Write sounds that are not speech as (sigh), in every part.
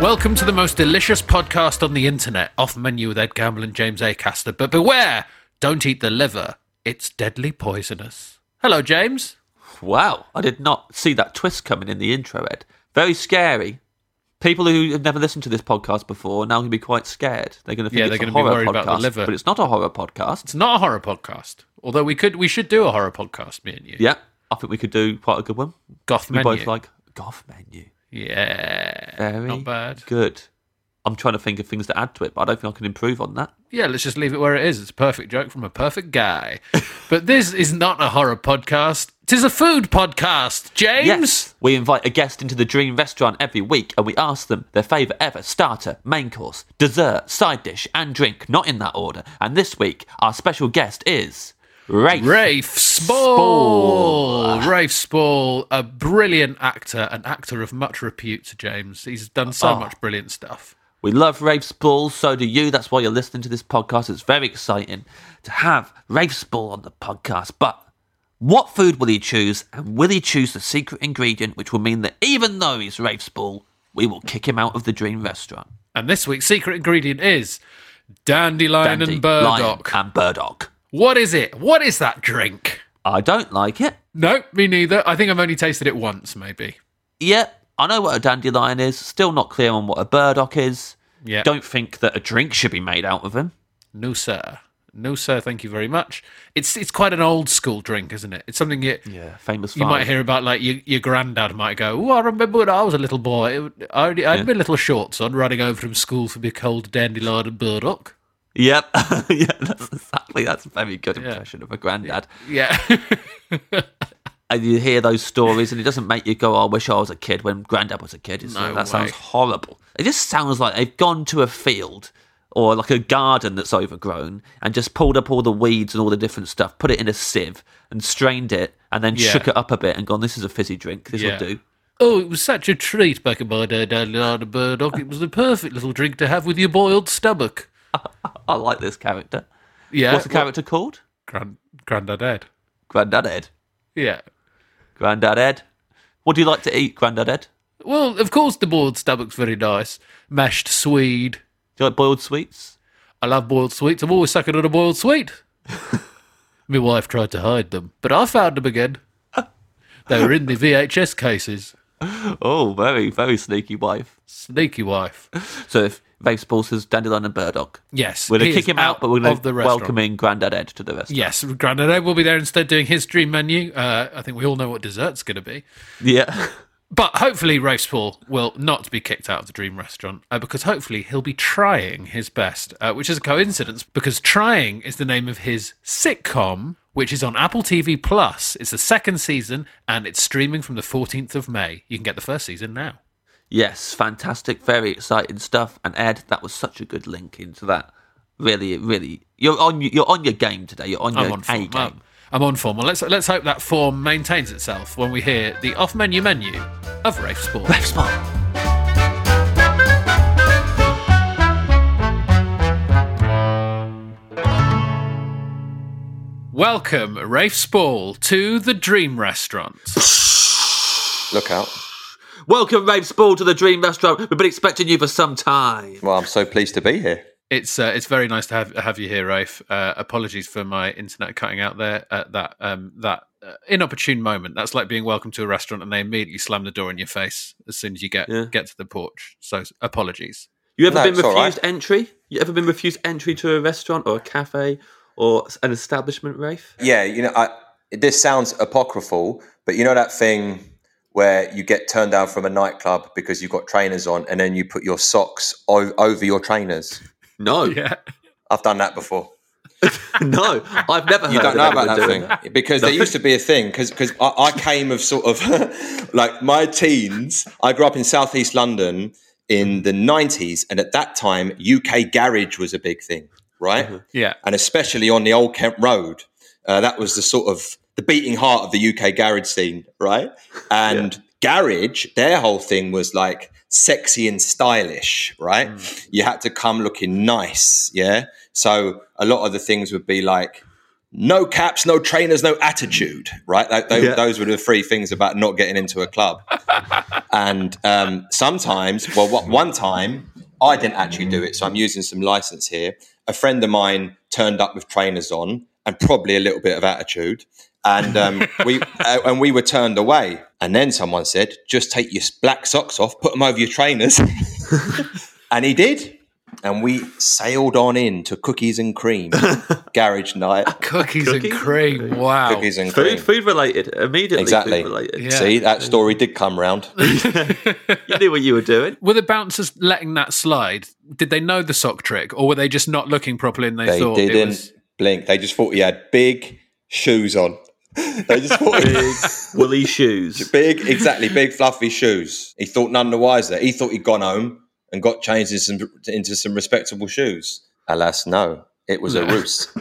Welcome to the most delicious podcast on the internet, Off Menu with Ed Gamble and James Acaster. But beware, don't eat the liver. It's deadly poisonous. Hello, James. Wow, I did not see that twist coming in the intro, Ed. Very scary. People who have never listened to this podcast before are now going to be quite scared. They're going to think Yeah, it's they're a gonna be horror worried podcast, about the liver. but it's not a horror podcast. It's not a horror podcast, although we could we should do a horror podcast, me and you. Yeah, I think we could do quite a good one. Goth we menu. both like golf menu. yeah, Very not bad. Good. I'm trying to think of things to add to it, but I don't think I can improve on that. Yeah, let's just leave it where it is. It's a perfect joke from a perfect guy. (laughs) but this is not a horror podcast. Tis a food podcast, James. Yes, we invite a guest into the dream restaurant every week and we ask them their favourite ever starter, main course, dessert, side dish, and drink, not in that order. And this week, our special guest is Rafe. Rafe Spall. Rafe Spall, a brilliant actor, an actor of much repute to James. He's done so Oh. much brilliant stuff. We love Rafe Spall, so do you. That's why you're listening to this podcast. It's very exciting to have Rafe Spall on the podcast. But what food will he choose? And will he choose the secret ingredient, which will mean that even though he's Rafe Spall, we will kick him out of the dream restaurant? And this week's secret ingredient is dandelion Dandy, and burdock. Lion and Burdock. What is it? What is that drink? I don't like it. Nope, me neither. I think I've only tasted it once, maybe. Yeah, I know what a dandelion is. Still not clear on what a burdock is. Yeah. Don't think that a drink should be made out of him. No, sir. No, sir. Thank you very much. It's it's quite an old school drink, isn't it? It's something you, Yeah, famous. you might farmers. hear about. Like your, your granddad might go, "Oh, I remember when I was a little boy. It, I, I'd be little shorts on, running over from school for my cold dandelion and burdock." Yep. (laughs) yeah, that's exactly. That's a very good impression of a granddad. Yeah, And you hear those stories, and it doesn't make you go, "Oh, "I wish I was a kid when granddad was a kid." It's No like, that sounds way. horrible. It just sounds like they've gone to a field or like a garden that's overgrown and just pulled up all the weeds and all the different stuff, put it in a sieve and strained it, and then Yeah. shook it up a bit and gone, "This is a fizzy drink. This Yeah. will do." (laughs) Oh, it was such a treat back in my day, Dandelion and Burdock. It was the perfect little drink to have with your boiled stomach. I like this character. Yeah. What's the well, character called? Grand, Grandad Ed. Grandad Ed. Yeah. Grandad Ed. What do you like to eat, Grandad Ed? Well, of course, the boiled stomach's very nice. Mashed swede. Do you like boiled sweets? I love boiled sweets. I'm always sucking on a boiled (laughs) sweet. My wife tried to hide them, but I found them again. They were in the VHS cases. Oh, very, very sneaky wife. Sneaky wife. So if Rafe Spall says Dandelion and Burdock, Yes. we're going he to is kick him out, but we're going of to the restaurant. welcome in Grandad Ed to the restaurant. Yes, Grandad Ed will be there instead doing his dream menu. Uh, I think we all know what dessert's going to be. Yeah. (laughs) But hopefully, Rafe Paul will not be kicked out of the Dream Restaurant uh, because hopefully he'll be trying his best, uh, which is a coincidence because Trying is the name of his sitcom, which is on Apple TV Plus. It's the second season and it's streaming from the 14th of May. You can get the first season now. yes, fantastic, very exciting stuff. And Ed, that was such a good link into that. Really, really, you're on you're on your game today. You're on I'm your on A form. game. I'm on form. Well, let's, let's hope that form maintains itself when we hear the off menu menu of Rafe Spall. Rafe Spall. Welcome, Rafe Spall, to the Dream Restaurant. Look out. Welcome, Rafe Spall, to the Dream Restaurant. We've been expecting you for some time. Well, I'm so pleased to be here. It's uh, it's very nice to have have you here, Rafe. Uh, apologies for my internet cutting out there at that um, that uh, inopportune moment. That's like being welcome to a restaurant and they immediately slam the door in your face as soon as you get Yeah. get to the porch. So s- apologies. You ever No, been it's all refused right. entry? You ever been refused entry to a restaurant or a cafe or s- an establishment, Rafe? Yeah, you know, I, this sounds apocryphal, but you know that thing where you get turned down from a nightclub because you've got trainers on and then you put your socks o- over your trainers? No, Yeah, I've done that before. (laughs) no, I've never. You heard don't of know anyone about that doing thing because there used to be a thing because I, I came of sort of (laughs) like my teens. I grew up in southeast London in the nineties, and at that time, UK garage was a big thing, right? yeah. And especially on the Old Kent Road, uh, that was the sort of the beating heart of the UK garage scene, right? And garage, their whole thing was like sexy and stylish, right? You had to come looking nice, yeah. So a lot of the things would be like no caps, no trainers, no attitude, right? Like, tho- Yeah. Those were the three things about not getting into a club. and um, sometimes, well, what, one time, I didn't actually do it, so I'm using some license here. A friend of mine turned up with trainers on and probably a little bit of attitude. And um, we uh, and we were turned away. And then someone said, "Just take your black socks off, put them over your trainers." and he did. And we sailed on in to cookies and cream garage night. Cookies Cookie? and cream. Wow. Cookies and cream. Food, food related, immediately. Exactly. Food related. Yeah. See, that story did come round. You knew what you (laughs) were doing. Were the bouncers letting that slide? Did they know the sock trick, or were they just not looking properly and they, They thought it didn't was? (laughs) blink. They just thought he had big shoes on. (laughs) They just thought Big woolly shoes. big, exactly, big fluffy shoes. He thought none the wiser. He thought he'd gone home and got changed into some, into some respectable shoes. Alas, no. It was a ruse.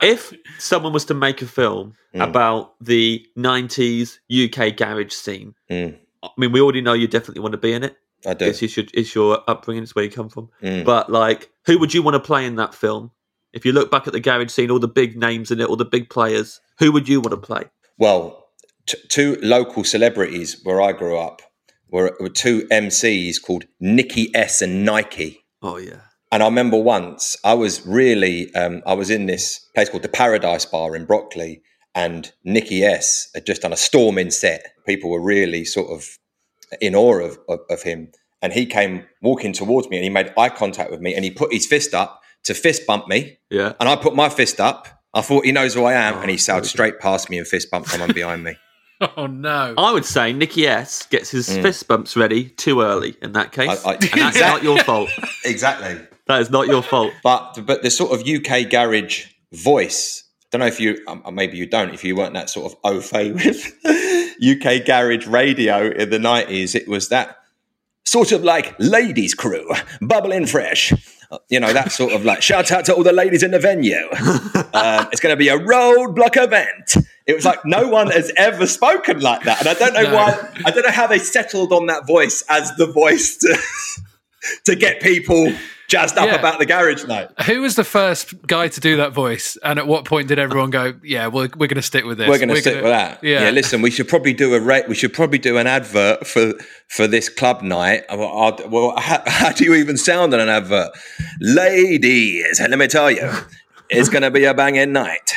If someone was to make a film Mm. about the '90s UK garage scene, Mm. I mean, we already know you definitely want to be in it. I do. It's, it's your, it's your upbringing, it's where you come from. Mm. But like, who would you want to play in that film? If you look back at the garage scene, all the big names in it, all the big players, who would you want to play? Well, t- two local celebrities where I grew up were, were two MCs called Nikki S and Nike. Oh yeah, And I remember once I was really, um, I was in this place called the Paradise Bar in Broccoli, and Nikki S had just done a storming set. People were really sort of in awe of, of, of him. And he came walking towards me and he made eye contact with me and he put his fist up to fist bump me. yeah. And I put my fist up. I thought he knows who I am. and he sailed okay. straight past me and fist bumped someone behind me. Oh no! I would say Nicky S gets his fist bumps ready too early in that case, Mm. I- I- and that's not (laughs) your fault. Exactly. That is not your fault. But but the sort of UK garage voice. Don't know if you um, maybe you don't if you weren't that sort of au fait (laughs) with UK garage radio in the nineties. It was that sort of like ladies' crew, bubbling fresh. Uh, You know that sort of like shout out to all the ladies in (laughs) the venue. Um, it's going to be a roadblock event. It was like no one has ever spoken like that, and I don't know No. why. I don't know how they settled on that voice as the voice to, to get people jazzed up Yeah. about the garage night. Who was the first guy to do that voice, and at what point did everyone go, "Yeah, we're we're going to stick with this. We're going to stick with that. Yeah. Listen, we should probably do a rate. We should probably do an advert for for this club night. Well, I'll- well, (laughs) how, how do you even sound on an advert, ladies? Let me tell you, it's going to be a banging night.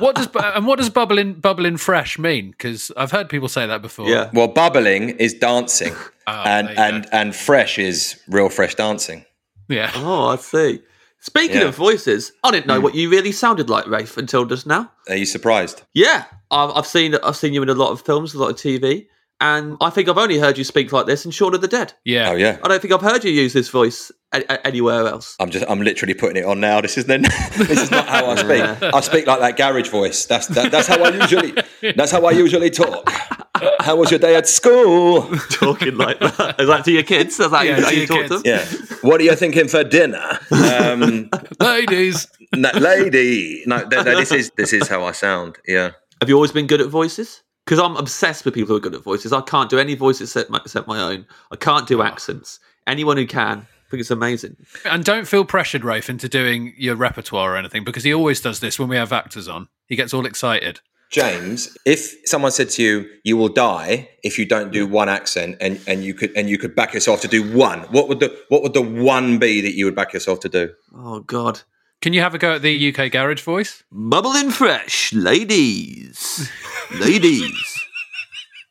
what does bu- and what does bubbling bubbling fresh mean? Because I've heard people say that before. Yeah. Well, bubbling is dancing, and Ah, there you go. and and fresh is real fresh dancing. yeah. Oh, I see. Speaking Yeah. Mm. of voices, I didn't know what you really sounded like, Rafe, until just now. Are you surprised? Yeah, I've, I've seen I've seen you in a lot of films, a lot of TV, and I think I've only heard you speak like this in Shaun of the Dead. Yeah. Oh yeah. I don't think I've heard you use this voice a- a- anywhere else. (laughs) I'm just I'm literally putting it on now. This is then (laughs) this is not how I speak. I speak like that garage voice. That's that, that's how I usually that's how I usually talk. How was your day at school? Talking like that. Is that to your kids? Is that Yeah, how to you your talk to them? kids. Yeah. What are you thinking for dinner? Um, (laughs) Ladies. no, lady. No, th- no, this is this is how I sound. Yeah. Have you always been good at voices? Because I'm obsessed with people who are good at voices. I can't do any voices except my, except my own. I can't do accents. Anyone who can, I think it's amazing. And don't feel pressured, Rafe, into doing your repertoire or anything, because he always does this when we have actors on. He gets all excited. James, if someone said to you, "You will die if you don't do one accent," and, and you could and you could back yourself to do one, what would the what would the one be that you would back yourself to do? Oh God, Can you have a go at the UK garage voice? bubbling fresh, ladies, ladies, (laughs)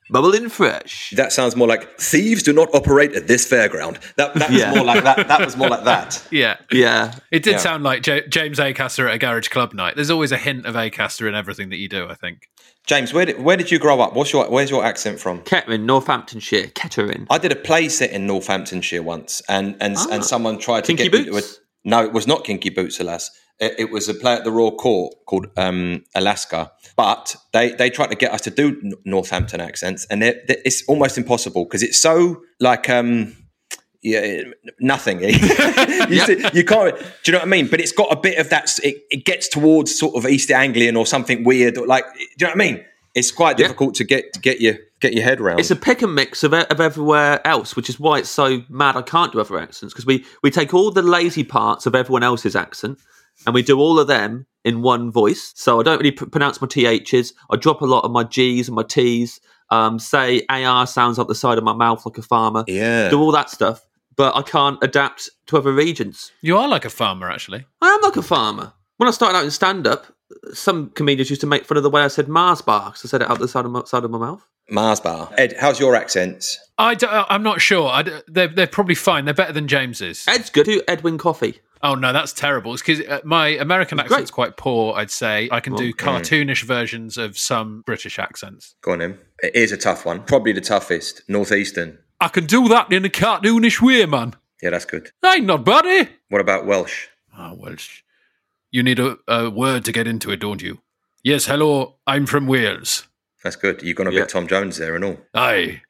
bubbling fresh. That sounds more like thieves do not operate at this fairground. That that Yeah. was more like that. That was more like that. Yeah. Yeah, It did Yeah. sound like J- James Acaster at a garage club night. There's always a hint of Acaster in everything that you do, I think. James, where did, where did you grow up? What's your where's your accent from? Kettering, Northamptonshire, Kettering. I did a play set in Northamptonshire once, and and and someone tried to Ah. Kinky get me to Boots? a- no, it was not Kinky Boots, alas. It, it was a play at the Royal Court called um, Alaska, but they they tried to get us to do N- Northampton accents, and they're, they're- it's almost impossible because it's so like um. Yeah, it- nothing. you, see- (laughs) you can't. Do you know what I mean? But it's got a bit of that. s- It, it gets towards sort of East Anglian or something weird. Or like, do you know what I mean? It's quite difficult to get to get your get your head round. It's a pick and mix of, e, of everywhere else, which is why it's so mad I can't do other accents because we, we take all the lazy parts of everyone else's accent and we do all of them in one voice. So I don't really pr- pronounce my THs. I drop a lot of my Gs and my Ts. Um, say AR sounds up the side of my mouth like a farmer. Yeah. Do all that stuff, but I can't adapt to other regions. You are like a farmer, actually. I am like a farmer. When I started out in stand up, some comedians used to make fun of the way I said Mars bar 'cause I said it up the side of my, side of my mouth. Mars bar. Ed, how's your accents? I d- uh, I'm not sure. I d- they're, they're probably fine. They're better than James's. Ed's good. Do Edwin Coffee. Oh no, that's terrible. It's because uh, my American It's great. accent's quite poor. I'd say I can do cartoonish versions of some British accents. Go on, him. It is a tough one. Probably the toughest. Northeastern. I can do that in a cartoonish way, man. Yeah, that's good. Ain't not bad, eh? What about Welsh? Ah, Oh, Welsh. You need a, a word to get into it, don't you? Yes, hello. I'm from Wales. That's good. You've gone a Yeah. bit Tom Jones there and all. Aye.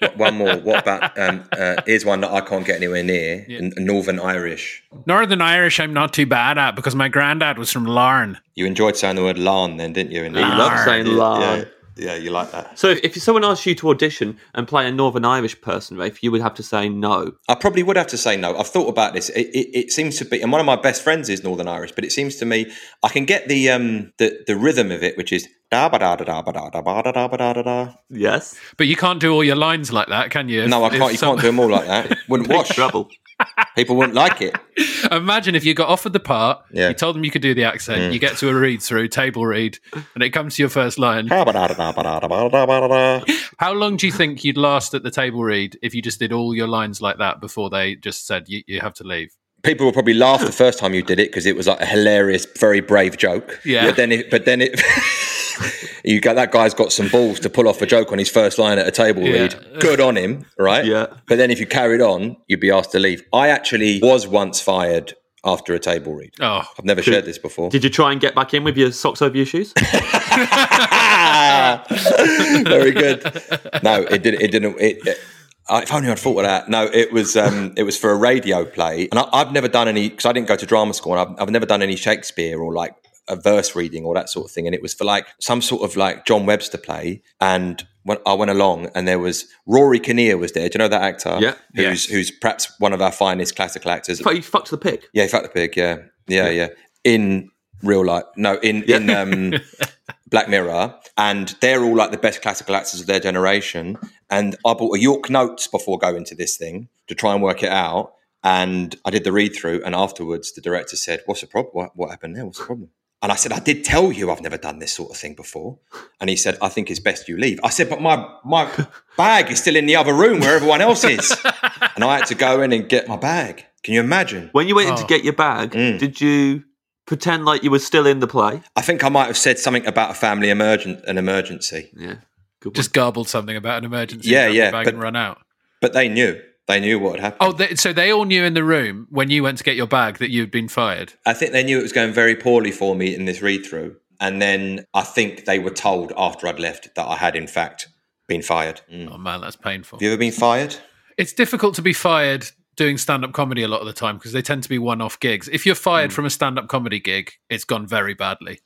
What- one more. What about? Um, uh, here's one that I can't get anywhere near. N- Northern Irish. Northern Irish, I'm not too bad at because my granddad was from Larne. You enjoyed saying the word "larn," then, didn't you? In You love saying Yeah, Ah, larn. yeah, you like that. So if, if someone asked you to audition and play a Northern Irish person, Rafe, you would have to say no. I probably would have to say no. I've thought about this. It, it, it seems to be, and one of my best friends is Northern Irish, but it seems to me I can get the um the, the rhythm of it, which is da ba da da da ba da da ba da da ba da da da. Yes. But you can't do all your lines like that, can you? If- No, I if can't. You some- can't do them all like that. (laughs) Wouldn't Big wash. trouble. People wouldn't like it. Imagine if you got offered the part, Yeah. Mm. you told them you could do the accent, you get to a read through, table read, and it comes to your first line. Probably How long do you think you'd last at the table read if you just did all your lines like that before they just said you, you have to leave? People will probably laugh the first time you did it because it was like a hilarious, very brave joke. Yeah. But then, it, but then it, (laughs) you go. That guy's got some balls to pull off a joke on his first line at a table Yeah. read. Good on him, right? Yeah. But then, if you carried on, you'd be asked to leave. I actually was once fired after a table read. Oh, I've never shared this before. Did you try and get back in with your socks over your shoes? (laughs) Very good. No, it didn't. It didn't. It, it, I- if only I'd thought of that. No, it was um, it was for a radio play, and I, I've never done any because I didn't go to drama school, and I've, I've never done any Shakespeare or like a verse reading or that sort of thing. And it was for like some sort of like John Webster play, and when I went along, and there was Rory Kinnear was there. Do you know that actor? Yeah. who's who's perhaps one of our finest classical actors. Fuck, you fucked the pig. Yeah, fuck the pig. Yeah, yeah, yeah. In real life, no, in in um, Black Mirror, and they're all like the best classical actors of their generation. And I bought a York Notes before going to this thing to try and work it out. And I did the read through, and afterwards the director said, "What's the problem? What, what happened there? What's the problem?" And I said, "I did tell you I've never done this sort of thing before." And he said, "I think it's best you leave." I said, "But my my bag is still in the other room where everyone else is," and I had to go in and get my bag. Can you imagine? When you went in to Oh. get your bag, did you pretend like you were still in the play? I think I might have said something about a family emergent an emergency, Yeah. Good just garbled something about an emergency. Yeah, grabbed the yeah, Bag but- and run out. but they knew they knew what had happened. Oh, they, so they all knew in the room when you went to get your bag that you'd been fired. I think they knew it was going very poorly for me in this read through, and then I think they were told after I'd left that I had in fact been fired. Mm. Oh man, that's painful. Have you ever been fired? It's difficult to be fired doing stand-up comedy a lot of the time because they tend to be one-off gigs. If you're Mm. fired from a stand-up comedy gig, it's gone very badly.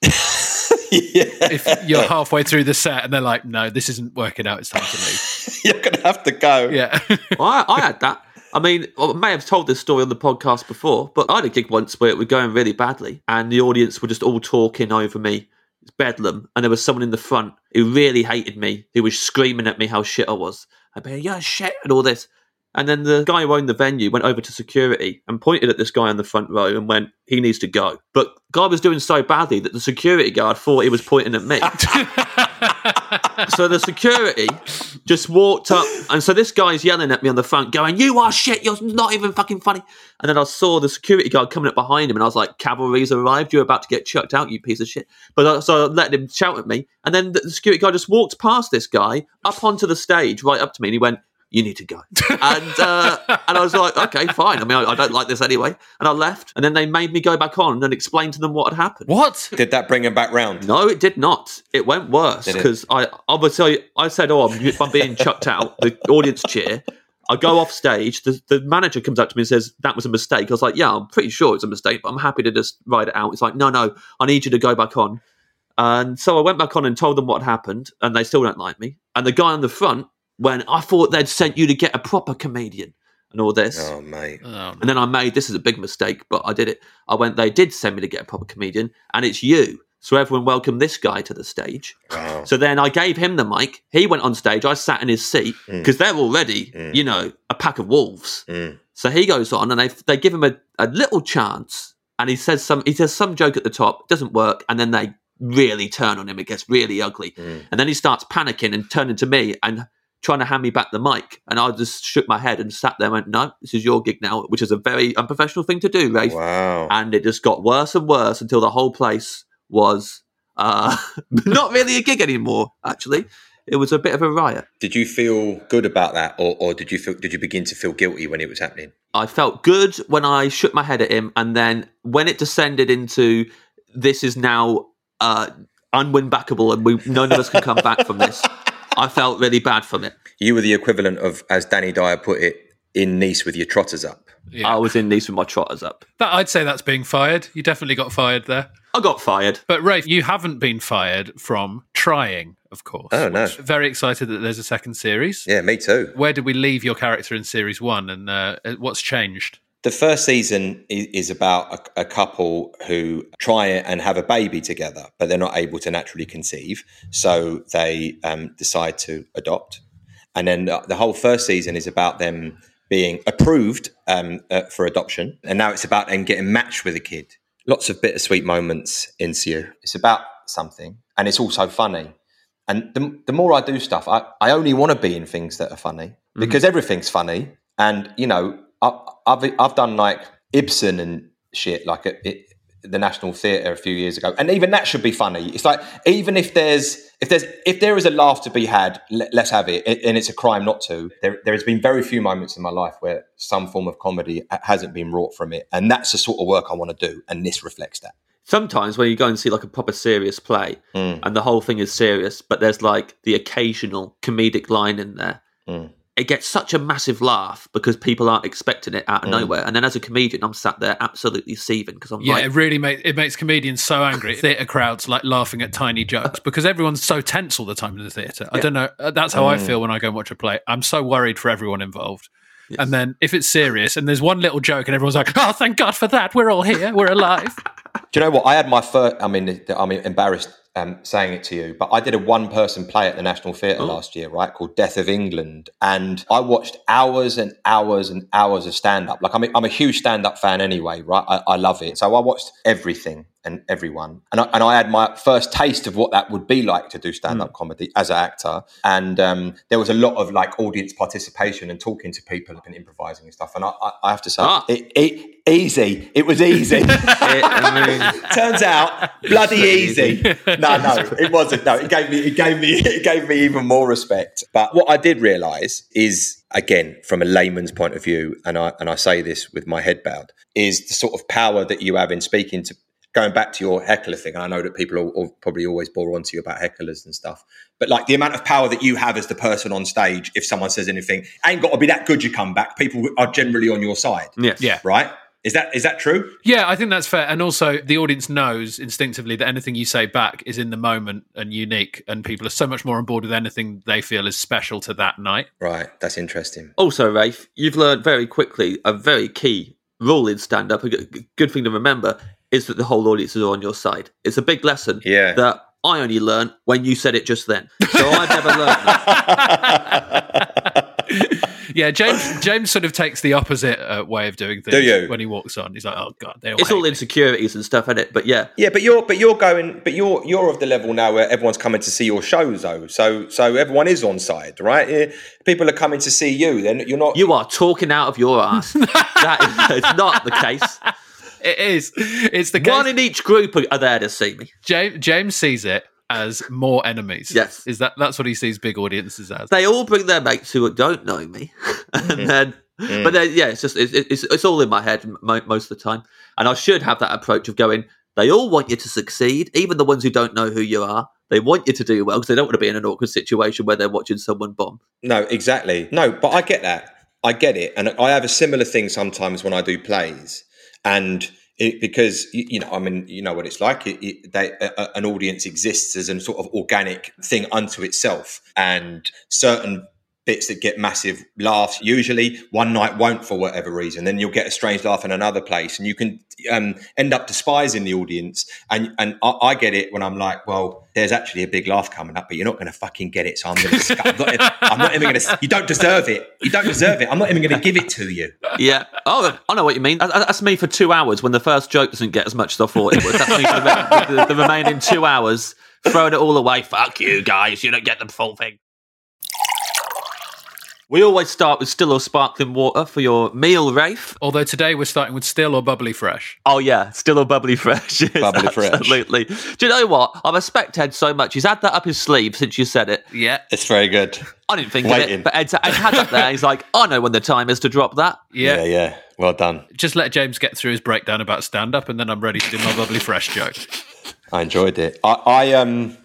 yeah, If you're halfway through the set and they're like, "No, this isn't working out. It's time to leave." you're gonna have to go. (laughs) Yeah. (laughs) Well, (laughs) I, I had that. I mean, I may have told this story on the podcast before, but I had a gig once where it was going really badly, and the audience were just all talking over me, it's bedlam, and there was someone in the front who really hated me, who was screaming at me how shit I was. I'd be like, yeah, shit, and all this. And then the guy who owned the venue went over to security and pointed at this guy in the front row and went, he needs to go. But guy was doing so badly that the security guard thought he was pointing at me. so the security just walked up, and so this guy's yelling at me on the front, going, "You are shit. You're not even fucking funny." And then I saw the security guard coming up behind him, and I was like, "Cavalry's arrived. You're about to get chucked out, you piece of shit." But I, so I let him shout at me, and then the security guard just walked past this guy up onto the stage, right up to me, and he went. You need to go, and uh, and I was like, okay, fine. I mean, I, I don't like this anyway, and I left. And then they made me go back on and explain to them what had happened. What? Did that bring him back round? No, it did not. It went worse Did it? because I obviously I said, "Oh, I'm, if I'm being chucked out." The audience cheer. I go off stage. The, the manager comes up to me and says, "That was a mistake." I was like, "Yeah, I'm pretty sure it's a mistake, but I'm happy to just ride it out." It's like, "No, no, I need you to go back on." And so I went back on and told them what had happened, and they still don't like me. And the guy on the front went, "I thought they'd sent you to get a proper comedian and all this." Oh, mate. Oh, And then I made this is a big mistake, but I did it. I went, they did send me to get a proper comedian, and it's you. So everyone welcomed this guy to the stage. Wow. So then I gave him the mic. He went on stage. I sat in his seat because they're already, you know, a pack of wolves. Mm. So he goes on, and they they give him a, a little chance, and he says some he says some joke at the top doesn't work, and then they really turn on him. It gets really ugly, Mm. and then he starts panicking and turning to me and trying to hand me back the mic, and I just shook my head and sat there and went, "No, this is your gig now," which is a very unprofessional thing to do, Rafe. Wow. And it just got worse and worse until the whole place was uh, (laughs) not really a gig anymore. Actually, it was a bit of a riot. Did you feel good about that, or, or did you feel did you begin to feel guilty when it was happening? I felt good when I shook my head at him, and then when it descended into this is now uh, unwinbackable, and we none of us can come back from this. I felt really bad from it. You were the equivalent of, as Danny Dyer put it, in Nice with your trotters up. I was in these with my trotters up. that, I'd say that's being fired. You definitely got fired there. I got fired. But Rafe, you haven't been fired from trying, of course. Oh, no. which- Very excited that there's a second series. Yeah, me too. Where did we leave your character in series one, and uh, what's changed? The first season i- is about a, a couple who try and have a baby together, but they're not able to naturally conceive. So they um, decide to adopt. And then the, the whole first season is about them being approved um, uh, for adoption. And now it's about them getting matched with a kid. Lots of bittersweet moments in you. It's about something, and it's also funny. And the, the more I do stuff, I, I only want to be in things that are funny because everything's funny. And, you know, I, I've, I've done like Ibsen and shit, like at it, the National Theatre a few years ago. And even that should be funny. It's like, even if there's, if there's, if there is a laugh to be had, let, us have it. And it's a crime not to. There, there has been very few moments in my life where some form of comedy hasn't been wrought from it. And that's the sort of work I want to do. And this reflects that. Sometimes when you go and see like a proper serious play, and the whole thing is serious, but there's like the occasional comedic line in there. It gets such a massive laugh because people aren't expecting it out of nowhere. And then as a comedian, I'm sat there absolutely seething because I'm Yeah, like, it really makes it makes comedians so angry. theater crowds like laughing at tiny jokes because everyone's so tense all the time in the theater. I don't know. uh, That's how I feel when I go and watch a play. I'm so worried for everyone involved. And then if it's serious and there's one little joke and everyone's like, "Oh, thank God for that. We're all here. We're alive." Do you know what? I had my first. I mean, th- I'm embarrassed um, saying it to you, but I did a one-person play at the National Theatre last year, right? Called Death of England, and I watched hours and hours and hours of stand-up. Like, I'm a, I'm a huge stand-up fan anyway, right? I, I love it, so I watched everything and everyone, and I, and I had my first taste of what that would be like to do stand-up comedy as an actor. And um, there was a lot of like audience participation and talking to people and improvising and stuff. And I, I, I have to say, Ah. it, it easy. It was easy. it- I mean, Turns out, bloody easy. No, no, it wasn't. No, it gave me, it gave me, (laughs) it gave me even more respect. But what I did realise is, again, from a layman's point of view, and I and I say this with my head bowed, is the sort of power that you have in speaking to. Going back to your heckler thing, and I know that people will, will probably always bore onto you about hecklers and stuff, but like the amount of power that you have as the person on stage, if someone says anything, ain't got to be that good. You come back, people are generally on your side, yes. Yeah. right? Is that is that true? Yeah, I think that's fair. And also, the audience knows instinctively that anything you say back is in the moment and unique, and people are so much more on board with anything they feel is special to that night. Right, that's interesting. Also, Rafe, you've learned very quickly a very key rule in stand up, a g- good thing to remember, is that the whole audience is on your side. It's a big lesson Yeah. that I only learn when you said it just then. So I've never learned that. Yeah, James James sort of takes the opposite uh, way of doing things Do you? when he walks on. He's like, oh god, they all It's hate all me." insecurities and stuff, is it? But yeah, Yeah, but you're but you're going but you're you're of the level now where everyone's coming to see your shows though. So so everyone is on side, right? Yeah, People are coming to see you. Then you're not. you are talking out of your ass. that is it's not the case. It is. It's the One case. in each group are there to see me. James, James sees it as more enemies. Yes. is that that's what he sees big audiences as? They all bring their mates who don't know me, (laughs) and then. But then, yeah, it's just it's, it's it's all in my head mo- most of the time, and I should have that approach of going. They all want you to succeed, even the ones who don't know who you are. They want you to do well because they don't want to be in an awkward situation where they're watching someone bomb. No, exactly. No, but I get that. I get it, and I have a similar thing sometimes when I do plays, and it, because y- you know, I mean, you know what it's like. It, it, they, a, a- an audience exists as a sort of organic thing unto itself, and certain bits that get massive laughs usually one night won't for whatever reason then you'll get a strange laugh in another place and you can um, end up despising the audience and and I, I get it when i'm like well there's actually a big laugh coming up but you're not going to fucking get it so i'm going (laughs) to i'm not, I'm not even going to you don't deserve it you don't deserve it i'm not even going to give it to you Yeah. Oh, I know what you mean. That- That's me for two hours when the first joke doesn't get as much as I thought it would. That's me for the, the, the remaining two hours throwing it all away. Fuck you guys. You don't get the full thing. We always start with still or sparkling water for your meal, Rafe. Although today we're starting with still or bubbly fresh. Oh yeah, still or bubbly fresh. (laughs) Yes, Bubbly fresh. Absolutely. Do you know what? I respect Ed so much. He's had that up his sleeve since you said it. Yeah, it's very good I didn't think of Waiting. it, but Ed's, Ed had that there. He's like, I know when the time is to drop that. yeah. yeah, yeah. well done Just let James get through his breakdown about stand up, and then I'm ready to do my bubbly fresh joke. I enjoyed it. I, I um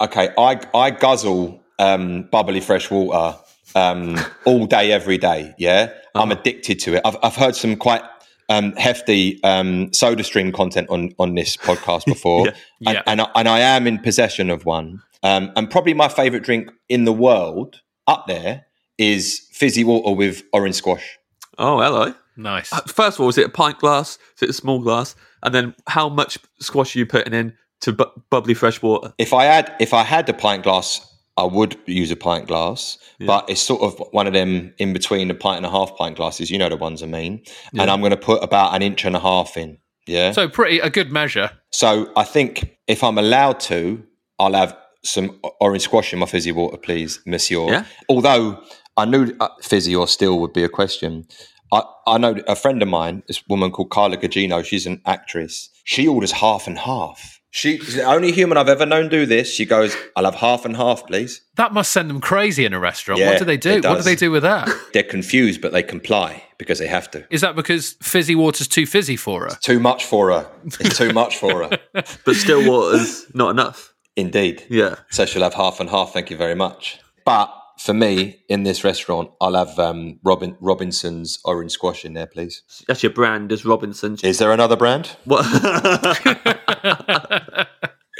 okay, I I guzzle um bubbly fresh water um all day every day, yeah. I'm Uh-huh. addicted to it. I've I've heard some quite um, hefty um, soda stream content on on this (laughs) podcast before, and, Yeah. and I, and I am in possession of one. Um, and probably my favorite drink in the world, up there, is fizzy water with orange squash. Oh, hello. Nice. Uh, First of all, is it a pint glass? Is it a small glass? And then how much squash are you putting in to bu- bubbly fresh water? if I had if I had a pint glass, I would use a pint glass, but it's sort of one of them in between a pint and a half pint glasses. You know the ones I mean. And I'm going to put about an inch and a half in. Yeah. So, So pretty a good measure. I think if I'm allowed to, I'll have some o- orange squash in my fizzy water, please, Monsieur. Yeah. Although I knew uh, fizzy or still would be a question. I, I know a friend of mine, this woman called Carla Gugino, she's an actress. She orders half and half. She- She's the only human I've ever known do this. She goes, I'll have half and half, please. That must send them crazy in a restaurant. what Yeah, do they do? it What do does. they do with that? They're confused, but they comply because they have to. Is that because fizzy water's too fizzy for her? Too much for her. It's too much for her. But still, water's (laughs) not enough. Indeed. Yeah. So she'll have half and half. Thank you very much. But for me, in this restaurant, I'll have um, Robin Robinson's orange squash in there, please. That's your brand, is Robinson. Is there another brand? (laughs) What?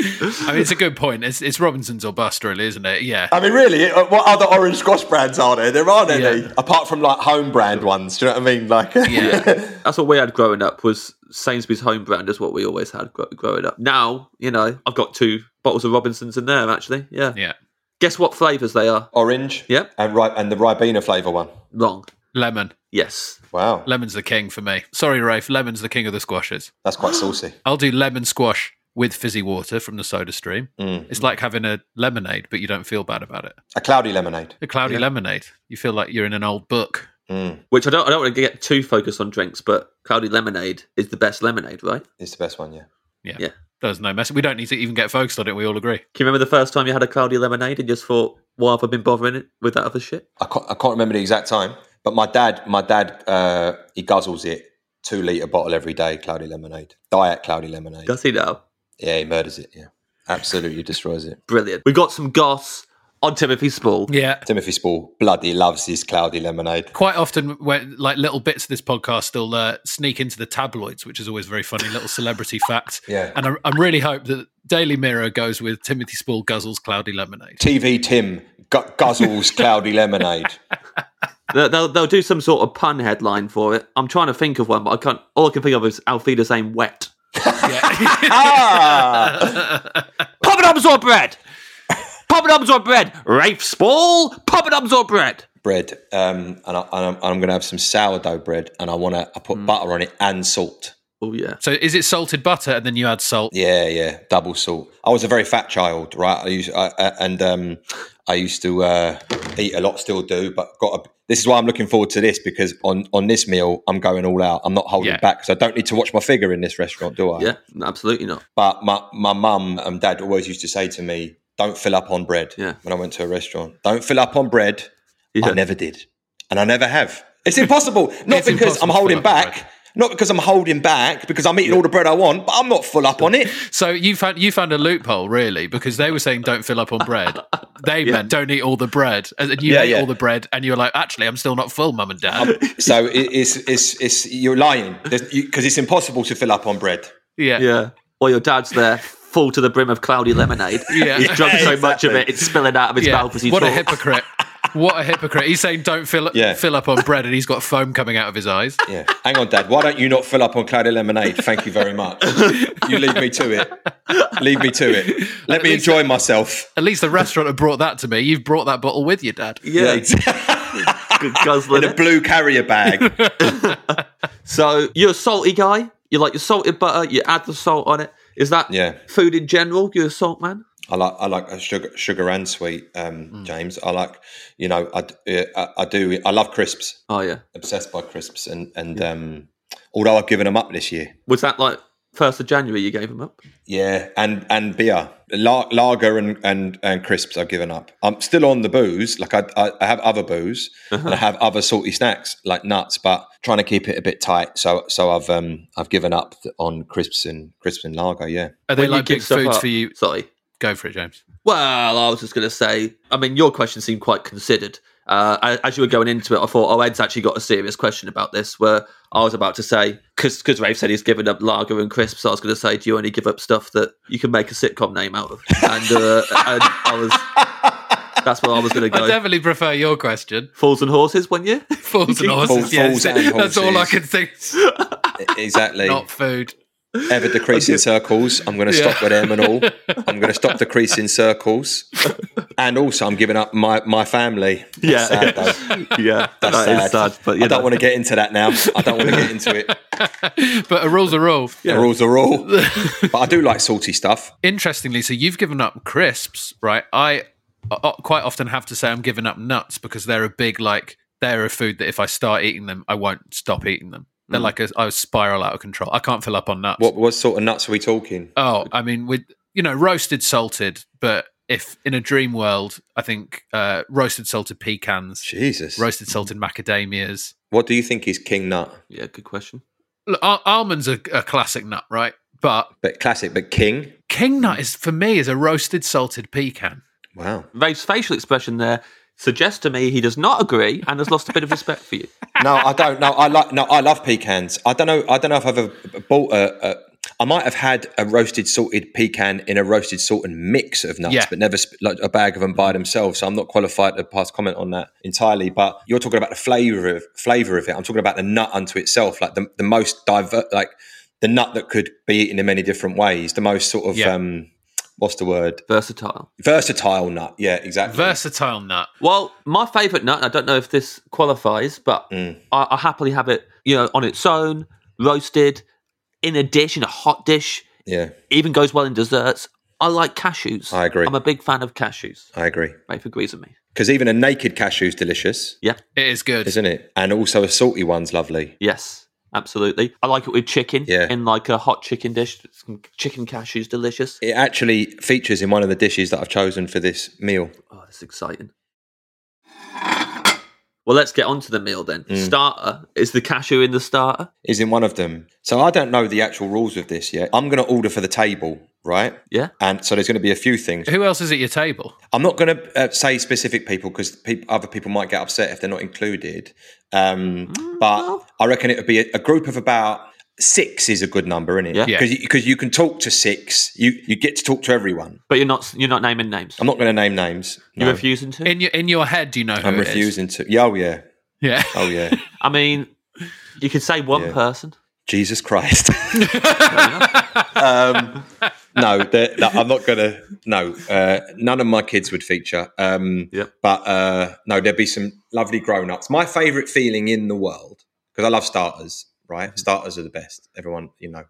I mean, it's a good point. It's, it's Robinson's or bust, really, isn't it? Yeah. I mean, really, uh, what other orange squash brands are there? There aren't any Yeah. apart from like home brand ones. Do you know what I mean? Like, Yeah. That's what we had growing up was Sainsbury's home brand is what we always had gro- growing up. Now, you know, I've got two bottles of Robinsons in there, actually. Yeah. Yeah. Guess what flavours they are? (laughs) orange. Yep. And right, and the Ribena flavor one. Wrong. Lemon. Yes. Wow, Lemon's the king for me. Sorry, Rafe. Lemon's the king of the squashes. that's quite saucy. I'll do lemon squash with fizzy water from the soda stream. Mm. It's like having a lemonade, but you don't feel bad about it. A cloudy lemonade. A cloudy lemonade. You feel like you're in an old book. Which I don't, I don't want to get too focused on drinks, but cloudy lemonade is the best lemonade, right? It's the best one. Yeah. Yeah. Yeah. There's no mess. We don't need to even get focused on it. We all agree. Can you remember the first time you had a cloudy lemonade and just thought, why have I been bothering it with that other shit? I can't, I can't remember the exact time, but my dad, my dad, uh, he guzzles it two liter bottle every day. Cloudy lemonade, diet cloudy lemonade. Does he now? Yeah, he murders it. Yeah, absolutely destroys it. Brilliant. We got some goss on Timothy Spall. Yeah. Timothy Spall bloody loves his cloudy lemonade. Quite often, when like little bits of this podcast, they'll uh, sneak into the tabloids, which is always very funny. Little celebrity (laughs) facts. Yeah. And I, I really hope that Daily Mirror goes with Timothy Spall guzzles cloudy lemonade. TV Tim gu- guzzles cloudy lemonade. They'll, they'll, they'll do some sort of pun headline for it. I'm trying to think of one, but I can't. All I can think of is Alfida saying wet. Ah! Pub Poppadoms or (laughs) bread? Poppadoms or bread? Rafe Spall, poppadoms or bread? (laughs) bread, um, and, I, and I'm, I'm going to have some sourdough bread, and I want to I put butter on it and salt. Oh, yeah. (laughs) So is it salted butter and then you add salt? Yeah, yeah, double salt. I was a very fat child, right? I used I, I, and um, I used to uh, eat a lot, still do, but got. A, this is why I'm looking forward to this because on on this meal I'm going all out. I'm not holding Yeah. back because I don't need to watch my figure in this restaurant, do I? Yeah, no, absolutely not. But my my mum and dad always used to say to me, "Don't fill up on bread." Yeah. When I went to a restaurant, don't fill up on bread. Yeah. I never did, and I never have. It's impossible. (laughs) Not It's because impossible I'm to fill holding up on back. Not because I'm holding back. Because I'm eating all the bread I want, but I'm not full (laughs) up on it. So you found you found a loophole really because they were saying don't fill up on bread. They meant don't eat all the bread, and then you Yeah, ate yeah. all the bread, and you were like, actually, I'm still not full, mum and dad. So it, it's it's it's you're lying because it's impossible to fill up on bread. Yeah, Yeah. Or your dad's there, full to the brim of cloudy lemonade. Yeah. He's drunk (laughs) so much of it, it's spilling out of his Yeah. mouth as he What a talks. hypocrite! What a hypocrite! He's saying don't fill Yeah. fill up on bread, and he's got foam coming out of his eyes. Yeah. Hang on, Dad. Why don't you not fill up on cloudy lemonade? Thank you very much. You leave me to it. Leave me to it. Let me enjoy myself. At least the restaurant had brought that to me. You've brought that bottle with you, dad. Yeah, good guzzling. (laughs) In a it. blue carrier bag. So you're a salty guy. You like your salted butter. You add the salt on it. Is that Yeah. food in general? You're a salt man. I like I like a sugar sugar and sweet, um, James. I like you know I, d- uh, I I do I love crisps. Oh yeah. Obsessed by crisps, and and um, although I've given them up this year, Was that like first of January? You gave them up. yeah, and and beer, La- lager, and, and and crisps I've given up. I'm still on the booze. Like I I, I have other booze, and I have other salty snacks like nuts, but trying to keep it a bit tight. So so I've um I've given up on crisps and crisps and lager. Yeah, Are they When you like give big stuff foods up- for you? Sorry. Go for it, James. Well, I was just going to say. I mean, your question seemed quite considered. Uh, a- as you were going into it, I thought, oh, Ed's actually got a serious question about this. Where I was about to say, because Rafe said he's given up lager and crisps, I was going to say, do you only give up stuff that you can make a sitcom name out of? And, uh, and I was, that's where I was going (laughs) to I go. definitely prefer your question. Fools and horses, one (laughs) year. Fools and Fools- horses. yes. fools and That's all I horses. can think. (laughs) exactly. Not food. ever decreasing circles. I'm going to Yeah. stop with them and (laughs) all. I'm going to stop decreasing circles, and also I'm giving up my my family. That's Yeah. (laughs) sad, though. yeah, That's that is sad. But you I don't know. want to get into that now. I don't want to (laughs) get into it. (laughs) But a rule's a rule. The rules are rule. but I do like salty stuff. Interestingly, so you've given up crisps, right? I uh, quite often have to say I'm giving up nuts because they're a big like they're a food that if I start eating them, I won't stop eating them. They're like a, I spiral out of control. I can't fill up on nuts. What what sort of nuts are we talking? Oh, I mean, with you know, roasted, salted. But if in a dream world, I think uh, roasted, salted pecans, Jesus. roasted, salted macadamias. What do you think is king nut? Yeah, good question. Look, al- almonds are a classic nut, right? But But classic, but king. king nut is for me is a roasted, salted pecan. Wow. Rafe's facial expression there suggests to me he does not agree and has lost a bit of respect for you. (laughs) No, I don't. No, I like. No, I love pecans. I don't know. I don't know if I've ever bought a. a I might have had a roasted salted pecan in a roasted salted mix of nuts, Yeah. but never sp- like a bag of them by themselves. So I'm not qualified to pass comment on that entirely. But you're talking about the flavor of flavor of it. I'm talking about the nut unto itself, like the the most diver, like the nut that could be eaten in many different ways. The most sort of Yeah. um, what's the word? Versatile. Versatile nut. Yeah, exactly. Versatile nut. Well, my favourite nut, and I don't know if this qualifies, but Mm. I, I happily have it, you know, on its own, roasted, in a dish, in a hot dish, yeah, even goes well in desserts. I like cashews. I agree. I'm a big fan of cashews. I agree. Rafe agrees with me. Because even a naked cashew is delicious, Yeah. It is good. isn't it? And also a salty one's lovely. Yes, absolutely. I like it with chicken. Yeah. In like a hot chicken dish. Some chicken cashews, delicious. It actually features in one of the dishes that I've chosen for this meal. Oh, that's exciting. Well, let's get on to the meal then. Mm. Starter is the cashew in the starter. Is in one of them. So I don't know the actual rules of this yet. I'm going to order for the table, right? Yeah, And so there's going to be a few things. Who else is at your table? I'm not going to uh, say specific people because peop other people might get upset if they're not included. Um, but I reckon it would be a, a group of about six is a good number, isn't it? Yeah. Yeah. Because you, can talk to six. You you get to talk to everyone. but you're not you're not naming names. I'm not going to name names. You're No. refusing to. In your in your head, do you know who I'm it is? refusing to. Yeah, oh yeah, Yeah. (laughs) oh yeah. I mean, you could say one Yeah. person. Jesus Christ. um, no, they're- no, I'm not gonna. No, uh, none of my kids would feature. Um, Yep. But uh, no, there'd be some lovely grown-ups. My favourite feeling in the world, because I love starters. Right, starters are the best. Everyone, you know,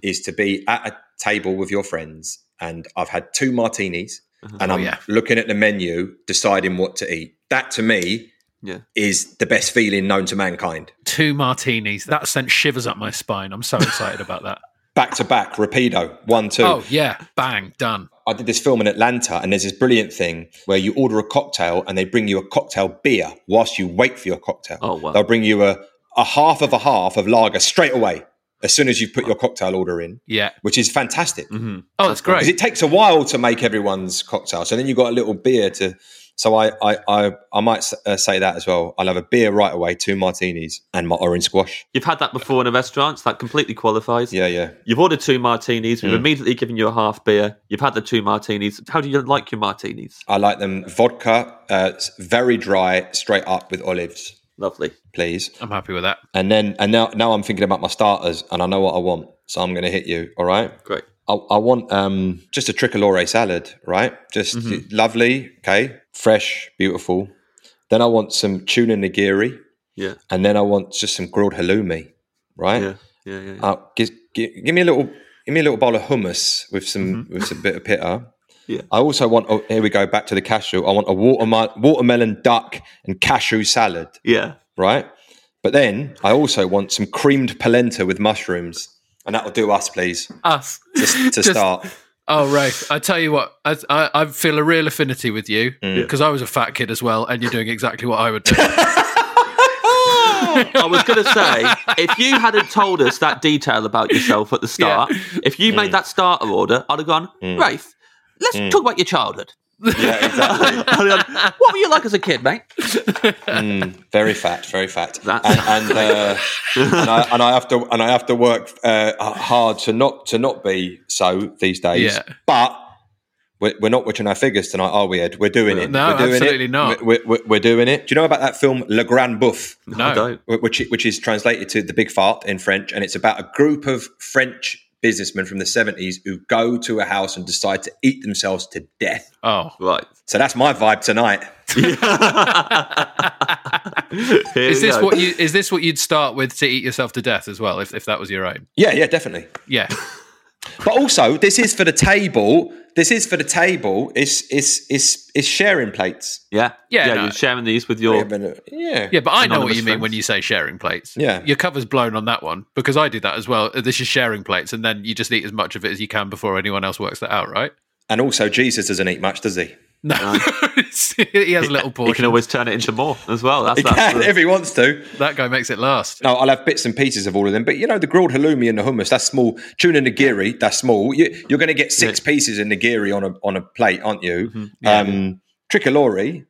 is to be at a table with your friends, and I've had two martinis, and I'm yeah. looking at the menu, deciding what to eat. That to me Yeah. is the best feeling known to mankind. Two martinis. That sent shivers up my spine. I'm so excited about (laughs) that. Back to back, rapido, one, two. Oh, yeah. Bang. Done. I did this film in Atlanta, and there's this brilliant thing where you order a cocktail and they bring you a cocktail beer whilst you wait for your cocktail. Oh, wow. They'll bring you a, a half of a half of lager straight away as soon as you've put your cocktail order in, Yeah. which is fantastic Mm-hmm. because Oh, that's great. it takes a while to make everyone's cocktail. So then you've got a little beer to. So I I I, I might s- uh, say that as well. I'll have a beer right away, two martinis, and my orange squash. You've had that before in a restaurant, so that completely qualifies. Yeah, Mm. yeah. You've ordered two martinis. We've immediately given you a half beer. You've had the two martinis. How do you like your martinis? I like them vodka, uh, s- very dry, straight up with olives, Lovely. please. I'm happy with that. And then, and now, now I'm thinking about my starters, and I know what I want, so I'm going to hit you. All right, Great. I, I want um, just a tricolore salad, right? Just Mm-hmm. lovely, okay, fresh, beautiful. Then I want some tuna nigiri, Yeah. and then I want just some grilled halloumi, right? Yeah. Yeah. Yeah. Yeah. Uh, give, give, give me a little, give me a little bowl of hummus with some with a bit of pitta. Mm-hmm. Yeah. I also want. Oh, here we go back to the cashew. I want a watermelon, watermelon duck and cashew salad yeah. right? But then I also want some creamed polenta with mushrooms, and that'll do us, please, Us. (laughs) to start. Oh, Rafe, I tell you what, I, I, I feel a real affinity with you Mm. because I was a fat kid as well, and you're doing exactly what I would do. I was going to say, if you hadn't told us that detail about yourself at the start, if you made that starter order, I'd have gone, Rafe, let's talk about your childhood. (laughs) Yeah, (laughs) exactly. I'd have gone, what were you like as a kid, mate? Mm, very fat, very fat. That's- and and, (laughs) uh, and, I, and I have to and I have to work uh, hard to not to not be so these days. Yeah. But we're, we're not watching our figures tonight, are we, Ed? We're doing it. No, we're doing absolutely it. not. We're, we're, we're doing it. Do you know about that film Le Grand Bouffe? No. I don't. wh- which which is translated to the big fart in French, and it's about a group of French businessmen from the seventies who go to a house and decide to eat themselves to death. Oh, (laughs) Right. So that's my vibe tonight. Here is we this go. what you is this what you'd start with to eat yourself to death as well? If if that was your own, Yeah, yeah, definitely. yeah, But also, this is for the table. This is for the table. It's it's it's it's sharing plates. Yeah. Yeah, no. you're sharing these with your. (laughs) Yeah, uh, yeah. But I know what Anonymous you mean when friends. you say sharing plates. Yeah. your cover's blown on that one because I do that as well. This is sharing plates, and then you just eat as much of it as you can before anyone else works that out, right? And also, Jesus doesn't eat much, does he? No, (laughs) he has a (laughs) little You can portion. always turn it into more as well. (laughs) That's He that's can the- if he wants to. That guy makes it last. No, I'll have bits and pieces of all of them. But you know, the grilled halloumi and the hummus, that's small. Tuna nigiri, that's small. You, you're going to get six pieces of nigiri on a on a plate, aren't you? Mm-hmm. um, tricolore,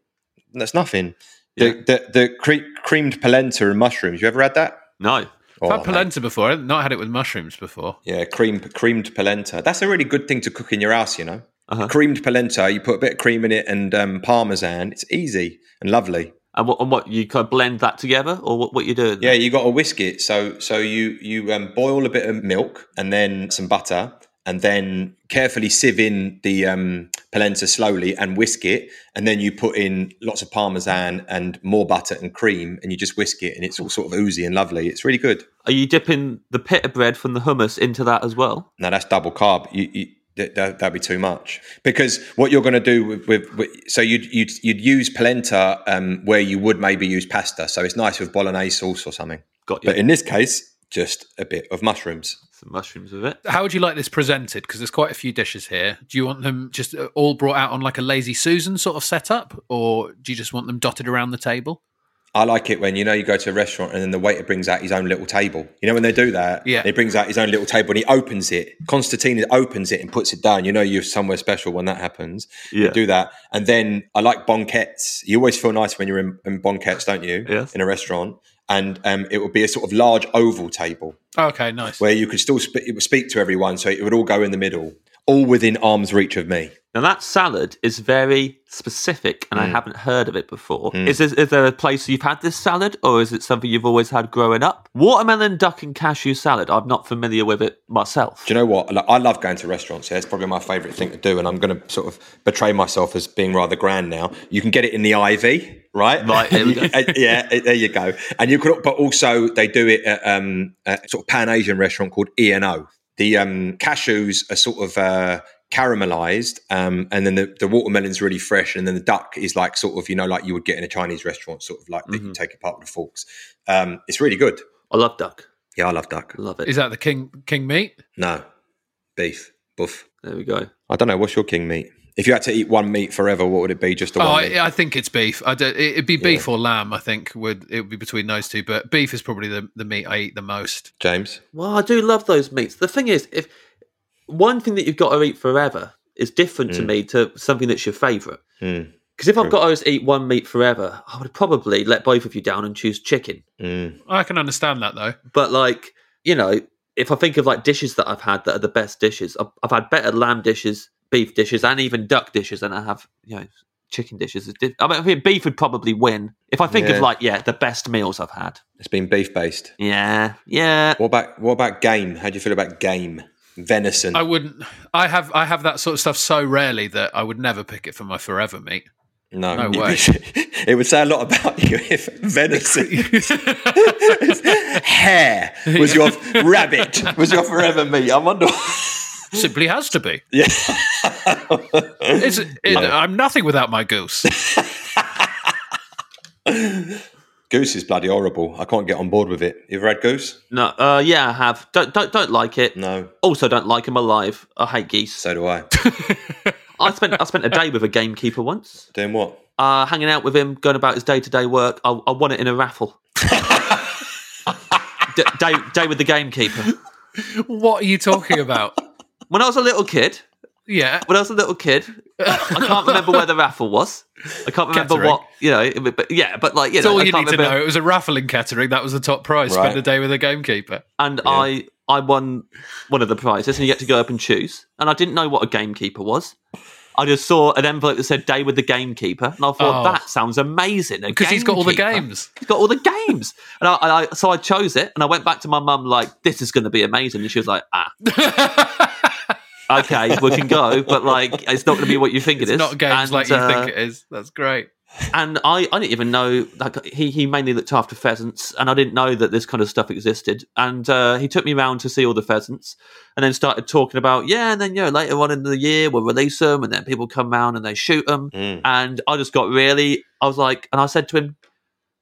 that's nothing. The the, the cre- creamed polenta and mushrooms. You ever had that? no. Oh, I've had mate. polenta before. I've not had it with mushrooms before. Yeah, creamed creamed polenta. That's a really good thing to cook in your house. You know, Uh-huh. creamed polenta. You put a bit of cream in it and um, parmesan. It's easy and lovely. And what, and what you kind of blend that together, or what, what you doing? Yeah, you got to whisk it. So so you you um, boil a bit of milk and then some butter and then carefully sieve in the um, polenta slowly and whisk it and then you put in lots of parmesan and more butter and cream and you just whisk it and it's all sort of oozy and lovely. It's really good. Are you dipping the pita bread from the hummus into that as well? Now that's double carb. You, you, that, that, that'd be too much because what you're going to do with, with, with so you'd, you'd you'd use polenta um, where you would maybe use pasta. So it's nice with bolognese sauce or something. Got you. But in this case, just a bit of mushrooms. Some mushrooms with it. How would you like this presented? Because there's quite a few dishes here. Do you want them just uh, all brought out on like a lazy Susan sort of setup, or do you just want them dotted around the table? I like it when you know you go to a restaurant and then the waiter brings out his own little table. You know when they do that, Yeah. he brings out his own little table and he opens it. Constantine opens it and puts it down. You know you're somewhere special when that happens. Yeah. You do that, and then I like banquettes. You always feel nice when you're in, in banquettes, don't you? Yes. In a restaurant, and um, it would be a sort of large oval table Okay, nice. where you could still sp- speak to everyone, so it would all go in the middle, all within arm's reach of me. Now that salad is very specific, and I haven't heard of it before. Is, this, is there a place you've had this salad, or is it something you've always had growing up? Watermelon, duck, and cashew salad. I'm not familiar with it myself. Do you know what? Like, I love going to restaurants. Yeah, it's probably my favourite thing to do, and I'm going to sort of betray myself as being rather grand now. You can get it in the Ivy, right? Right, there we go. Uh, (laughs) yeah, uh, there you go. And you could, but also they do it at um, a sort of Pan Asian restaurant called E and O. The um, cashews are sort of uh, caramelized, um, and then the, the watermelon's really fresh, and then the duck is like sort of you know like you would get in a Chinese restaurant, sort of like that Mm-hmm. you take apart with the forks. Um, it's really good. I love duck. Yeah, I love duck. Love it. Is that the king king meat? No, beef, boof. there we go. I don't know. What's your king meat? If you had to eat one meat forever, what would it be? Just the Oh, one. meat? I, I think it's beef. I don't, it'd be beef or lamb. I think would it would be between those two, but beef is probably the, the meat I eat the most. James. Well, I do love those meats. The thing is, if one thing that you've got to eat forever is different to me to something that's your favourite. Mm. Because if I've got to always eat one meat forever, I would probably let both of you down and choose chicken. Mm. I can understand that though. But like, you know, if I think of like dishes that I've had that are the best dishes, I've, I've had better lamb dishes, beef dishes, and even duck dishes than I have, you know, chicken dishes. It did- I mean, I think beef would probably win if I think Yeah. of like, yeah, the best meals I've had. It's been beef based. Yeah, yeah. What about what about game? How do you feel about game? Venison. I wouldn't. I have I have that sort of stuff so rarely that I would never pick it for my forever meat. no, (laughs) no way. it would say a lot about you if (laughs) venison, hare was your rabbit was your forever meat. I wonder. Simply has to be. (laughs) yeah. It's, it, I'm nothing without my (laughs) goose. Goose is bloody horrible. I can't get on board with it. You ever had goose? No, uh, yeah, I have. Don't don't don't like it. No. Also, don't like them alive. I hate geese. So (laughs) do I. I spent I spent a day with a gamekeeper once, Doing what? uh, hanging out with him, going about his day to day work. I, I won it in a (laughs) raffle. D- day day with the gamekeeper. What are you talking about? When I was a little kid, Yeah, when I was a little kid, I can't remember where the raffle was. I can't remember Catering. what you know. it- But yeah, but like you that's know, all I you can't need to remember- know. It was a raffle in Kettering. That was the top prize. Right. Spend a day with a gamekeeper. and I I won one of the prizes, and you get to go up and choose. And I didn't know what a gamekeeper was. I just saw an envelope that said "Day with the Gamekeeper," and I thought Oh. that sounds amazing. Because he's got all the gamekeeper. games. (laughs) He's got all the games, and I, and I so I chose it, and I went back to my mum like, "This is going to be amazing," and she was like, "Ah." okay, we can go, but like, it's not going to be what you think It's it is. not games And, like you uh, think it is. That's great. and I, I didn't even know like he, he mainly looked after pheasants and i didn't know that this kind of stuff existed and uh, he took me around to see all the pheasants and then started talking about yeah and then you know later on in the year we'll release them and then people come round and they shoot them Mm. and i just got really i was like and i said to him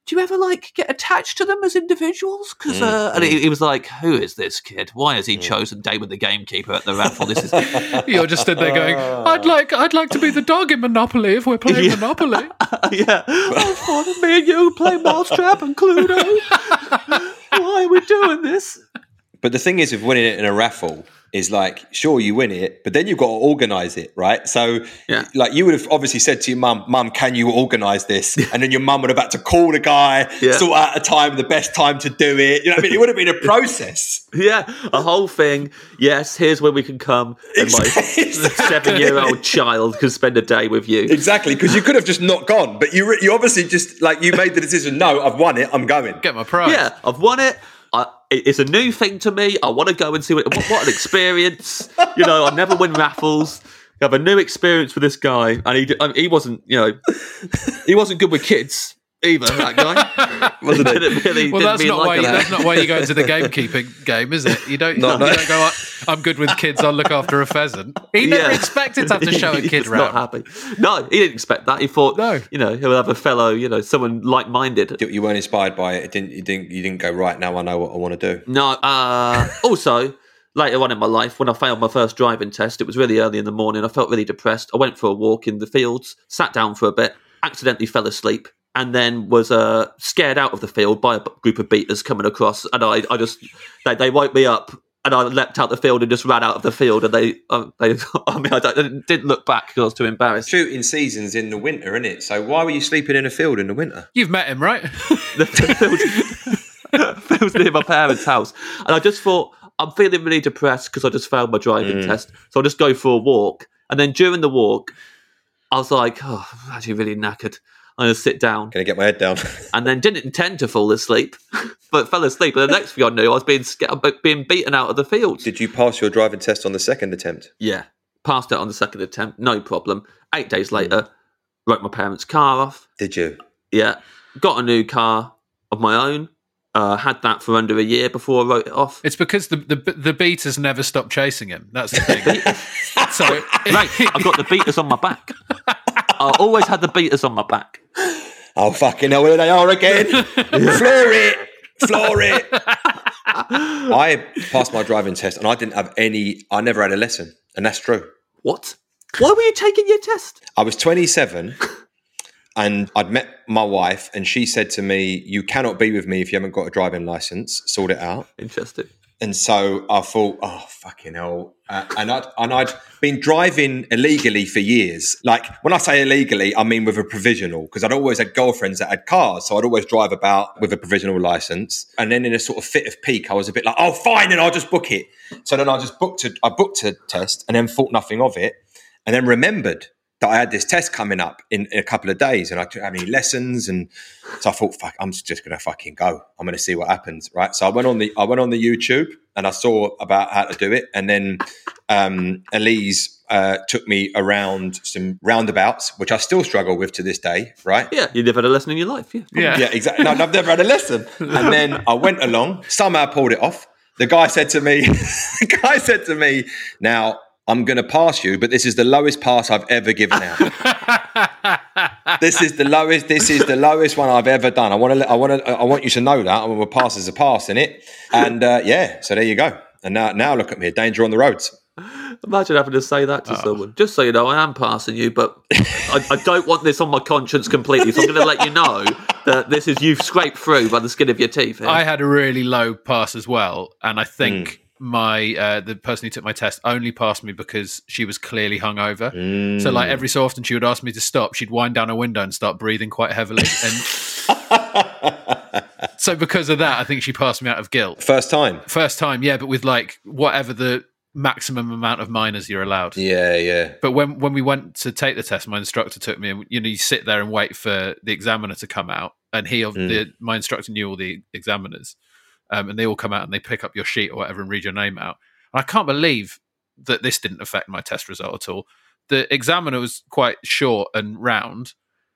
do you ever like get attached to them as individuals? Because Mm, uh, and mm. he, he was like, "Who is this kid? Why has he chosen Day with the Gamekeeper at the raffle? This is (laughs) You're just stood there going, "I'd like, I'd like to be the dog in Monopoly if we're playing Oh. (laughs) Yeah. Monopoly." (laughs) yeah. I want Oh, me and you play Mousetrap and Cluedo. Why are we doing this? But the thing is with winning it in a raffle is like, sure, you win it, but then you've got to organize it, right? So, Yeah. like, you would have obviously said to your mum, Mum, can you organize this? And then your mum would have had to call the guy, Yeah. sort out a time, the best time to do it. You know what I mean? It would have (laughs) been a process. Yeah, a whole thing. Yes, here's where we can come, and my seven-year-old child can spend a day with you. Exactly, because you could have just not gone, but you, re- you obviously just like you made the decision. No, I've won it. I'm going. Get my prize. Yeah, I've won it. I, it- it's a new thing to me. I want to go and see what, what, what an experience. You know, I never win raffles. I have a new experience with this guy, and he d- um, he wasn't you know he wasn't good with kids either. That guy (laughs) wasn't he? didn't really, Well, didn't that's really not like why. that. That's not why you go into the gamekeeping game, is it? You don't. No, you no. don't go. I'm good with kids. I'll look after a pheasant. He never Yeah. expected to have (laughs) to show a He kid was not round. happy. No, he didn't expect that. He thought, No. you know, he'll have a fellow, you know, someone like-minded. You you weren't inspired by it. It didn't. You didn't. You didn't go right now. I know what I want to do. No. (laughs) Uh, also, later on in my life, when I failed my first driving test, it was really early in the morning. I felt really depressed. I went for a walk in the fields, sat down for a bit, accidentally fell asleep. And then was uh, scared out of the field by a b- group of beaters coming across, and I, I just they, they woke me up, and I leapt out the field and just ran out of the field, and they, um, they (laughs) I mean, I, don't- I didn't look back because I was too embarrassed. Shooting seasons in the winter, isn't it? So why were you sleeping in a field in the winter? You've met him, right? the (laughs) field, field near my parents' house. And I just thought, I'm feeling really depressed because I just failed my driving test. So I'll just go for a walk. And then during the walk, I was like, oh, I'm actually really knackered. I'm going to sit down. Gonna get my head down. (laughs) And then didn't intend to fall asleep, (laughs) but fell asleep. And the next thing I knew, I was being sca- being beaten out of the field. Did you pass your driving test on the second attempt? Yeah. Passed it on the second attempt, no problem. Eight days later, wrote my parents' car off. Did you? Yeah. Got a new car of my own. Uh, had that for under a year before I wrote (laughs) it off. It's because the the, the beaters never stop chasing him. That's the thing. (laughs) so (laughs) Right, I've got the beaters on my back. I always had the beaters on my back. Oh fucking hell! Here they are (laughs) again. Floor it, floor (laughs) it. I passed my driving test, and I didn't have any. I never had a lesson, and that's true. What? Why were you taking your test? I was 27 and I'd met my wife, and she said to me, You cannot be with me if you haven't got a driving license, sort it out. Interesting. And so I thought, Oh, fucking hell. Uh, and, I'd, and I'd been driving illegally for years. Like when I say illegally, I mean with a provisional, because I'd always had girlfriends that had cars. So I'd always drive about with a provisional license. And then in a sort of fit of pique, I was a bit like, Oh, fine, then I'll just book it. So then I just booked a, I booked a test and then thought nothing of it and then remembered that I had this test coming up in, in a couple of days and I didn't have any lessons and so I thought fuck I'm just gonna fucking go I'm gonna see what happens right so I went on the I went on the YouTube and I saw about how to do it and then um, Elise uh, took me around some roundabouts which I still struggle with to this day right Yeah, you never had a lesson in your life. Yeah. yeah. yeah, exactly. No, I've never had a lesson. And then I went along, somehow pulled it off. The guy said to me, (laughs) the guy said to me, now I'm going to pass you, but this is the lowest pass I've ever given out. this is the lowest. This is the lowest one I've ever done. I want to. I want to. I want you to know that. I want a pass is a pass in it. And uh, yeah, so there you go. And now, now look at me, danger on the roads. Imagine having to say that to someone. Just so you know, I am passing you, but I, I don't want this on my conscience completely. So I'm going to let you know that this is you've scraped through by the skin of your teeth. Here. I had a really low pass as well, and I think my uh, the person who took my test only passed me because she was clearly hungover. So like every so often, she would ask me to stop. She'd wind down her window and start breathing quite heavily, and so because of that, I think she passed me out of guilt. First time. First time, yeah, but with like whatever the maximum amount of minors you're allowed. Yeah, yeah. But when when we went to take the test, my instructor took me, and you know, you sit there and wait for the examiner to come out, and he of the my instructor knew all the examiners, um, and they all come out and they pick up your sheet or whatever and read your name out. And I can't believe that this didn't affect my test result at all. The examiner was quite short and round,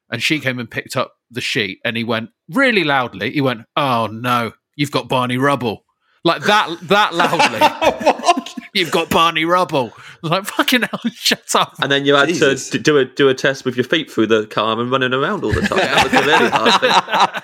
and she came and picked up the sheet, and he went really loudly. He went, "Oh no, you've got Barney Rubble." Like that, that (laughs) loudly. You've got Barney Rubble. I was like, fucking hell, (laughs) shut up. and then you had Jesus. to d- do a do a test with your feet through the car and running around all the time. That was the really hard thing.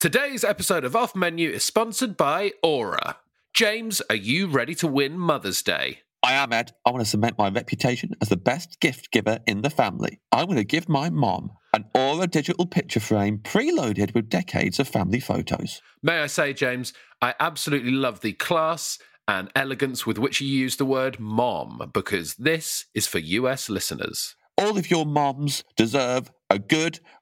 Today's episode of Off Menu is sponsored by Aura. James, are you ready to win Mother's Day? I am Ed. I want to cement my reputation as the best gift giver in the family. I'm going to give my mom an Aura digital picture frame preloaded with decades of family photos. May I say, James, I absolutely love the class and elegance with which you use the word mom because this is for US listeners. All of your moms deserve a good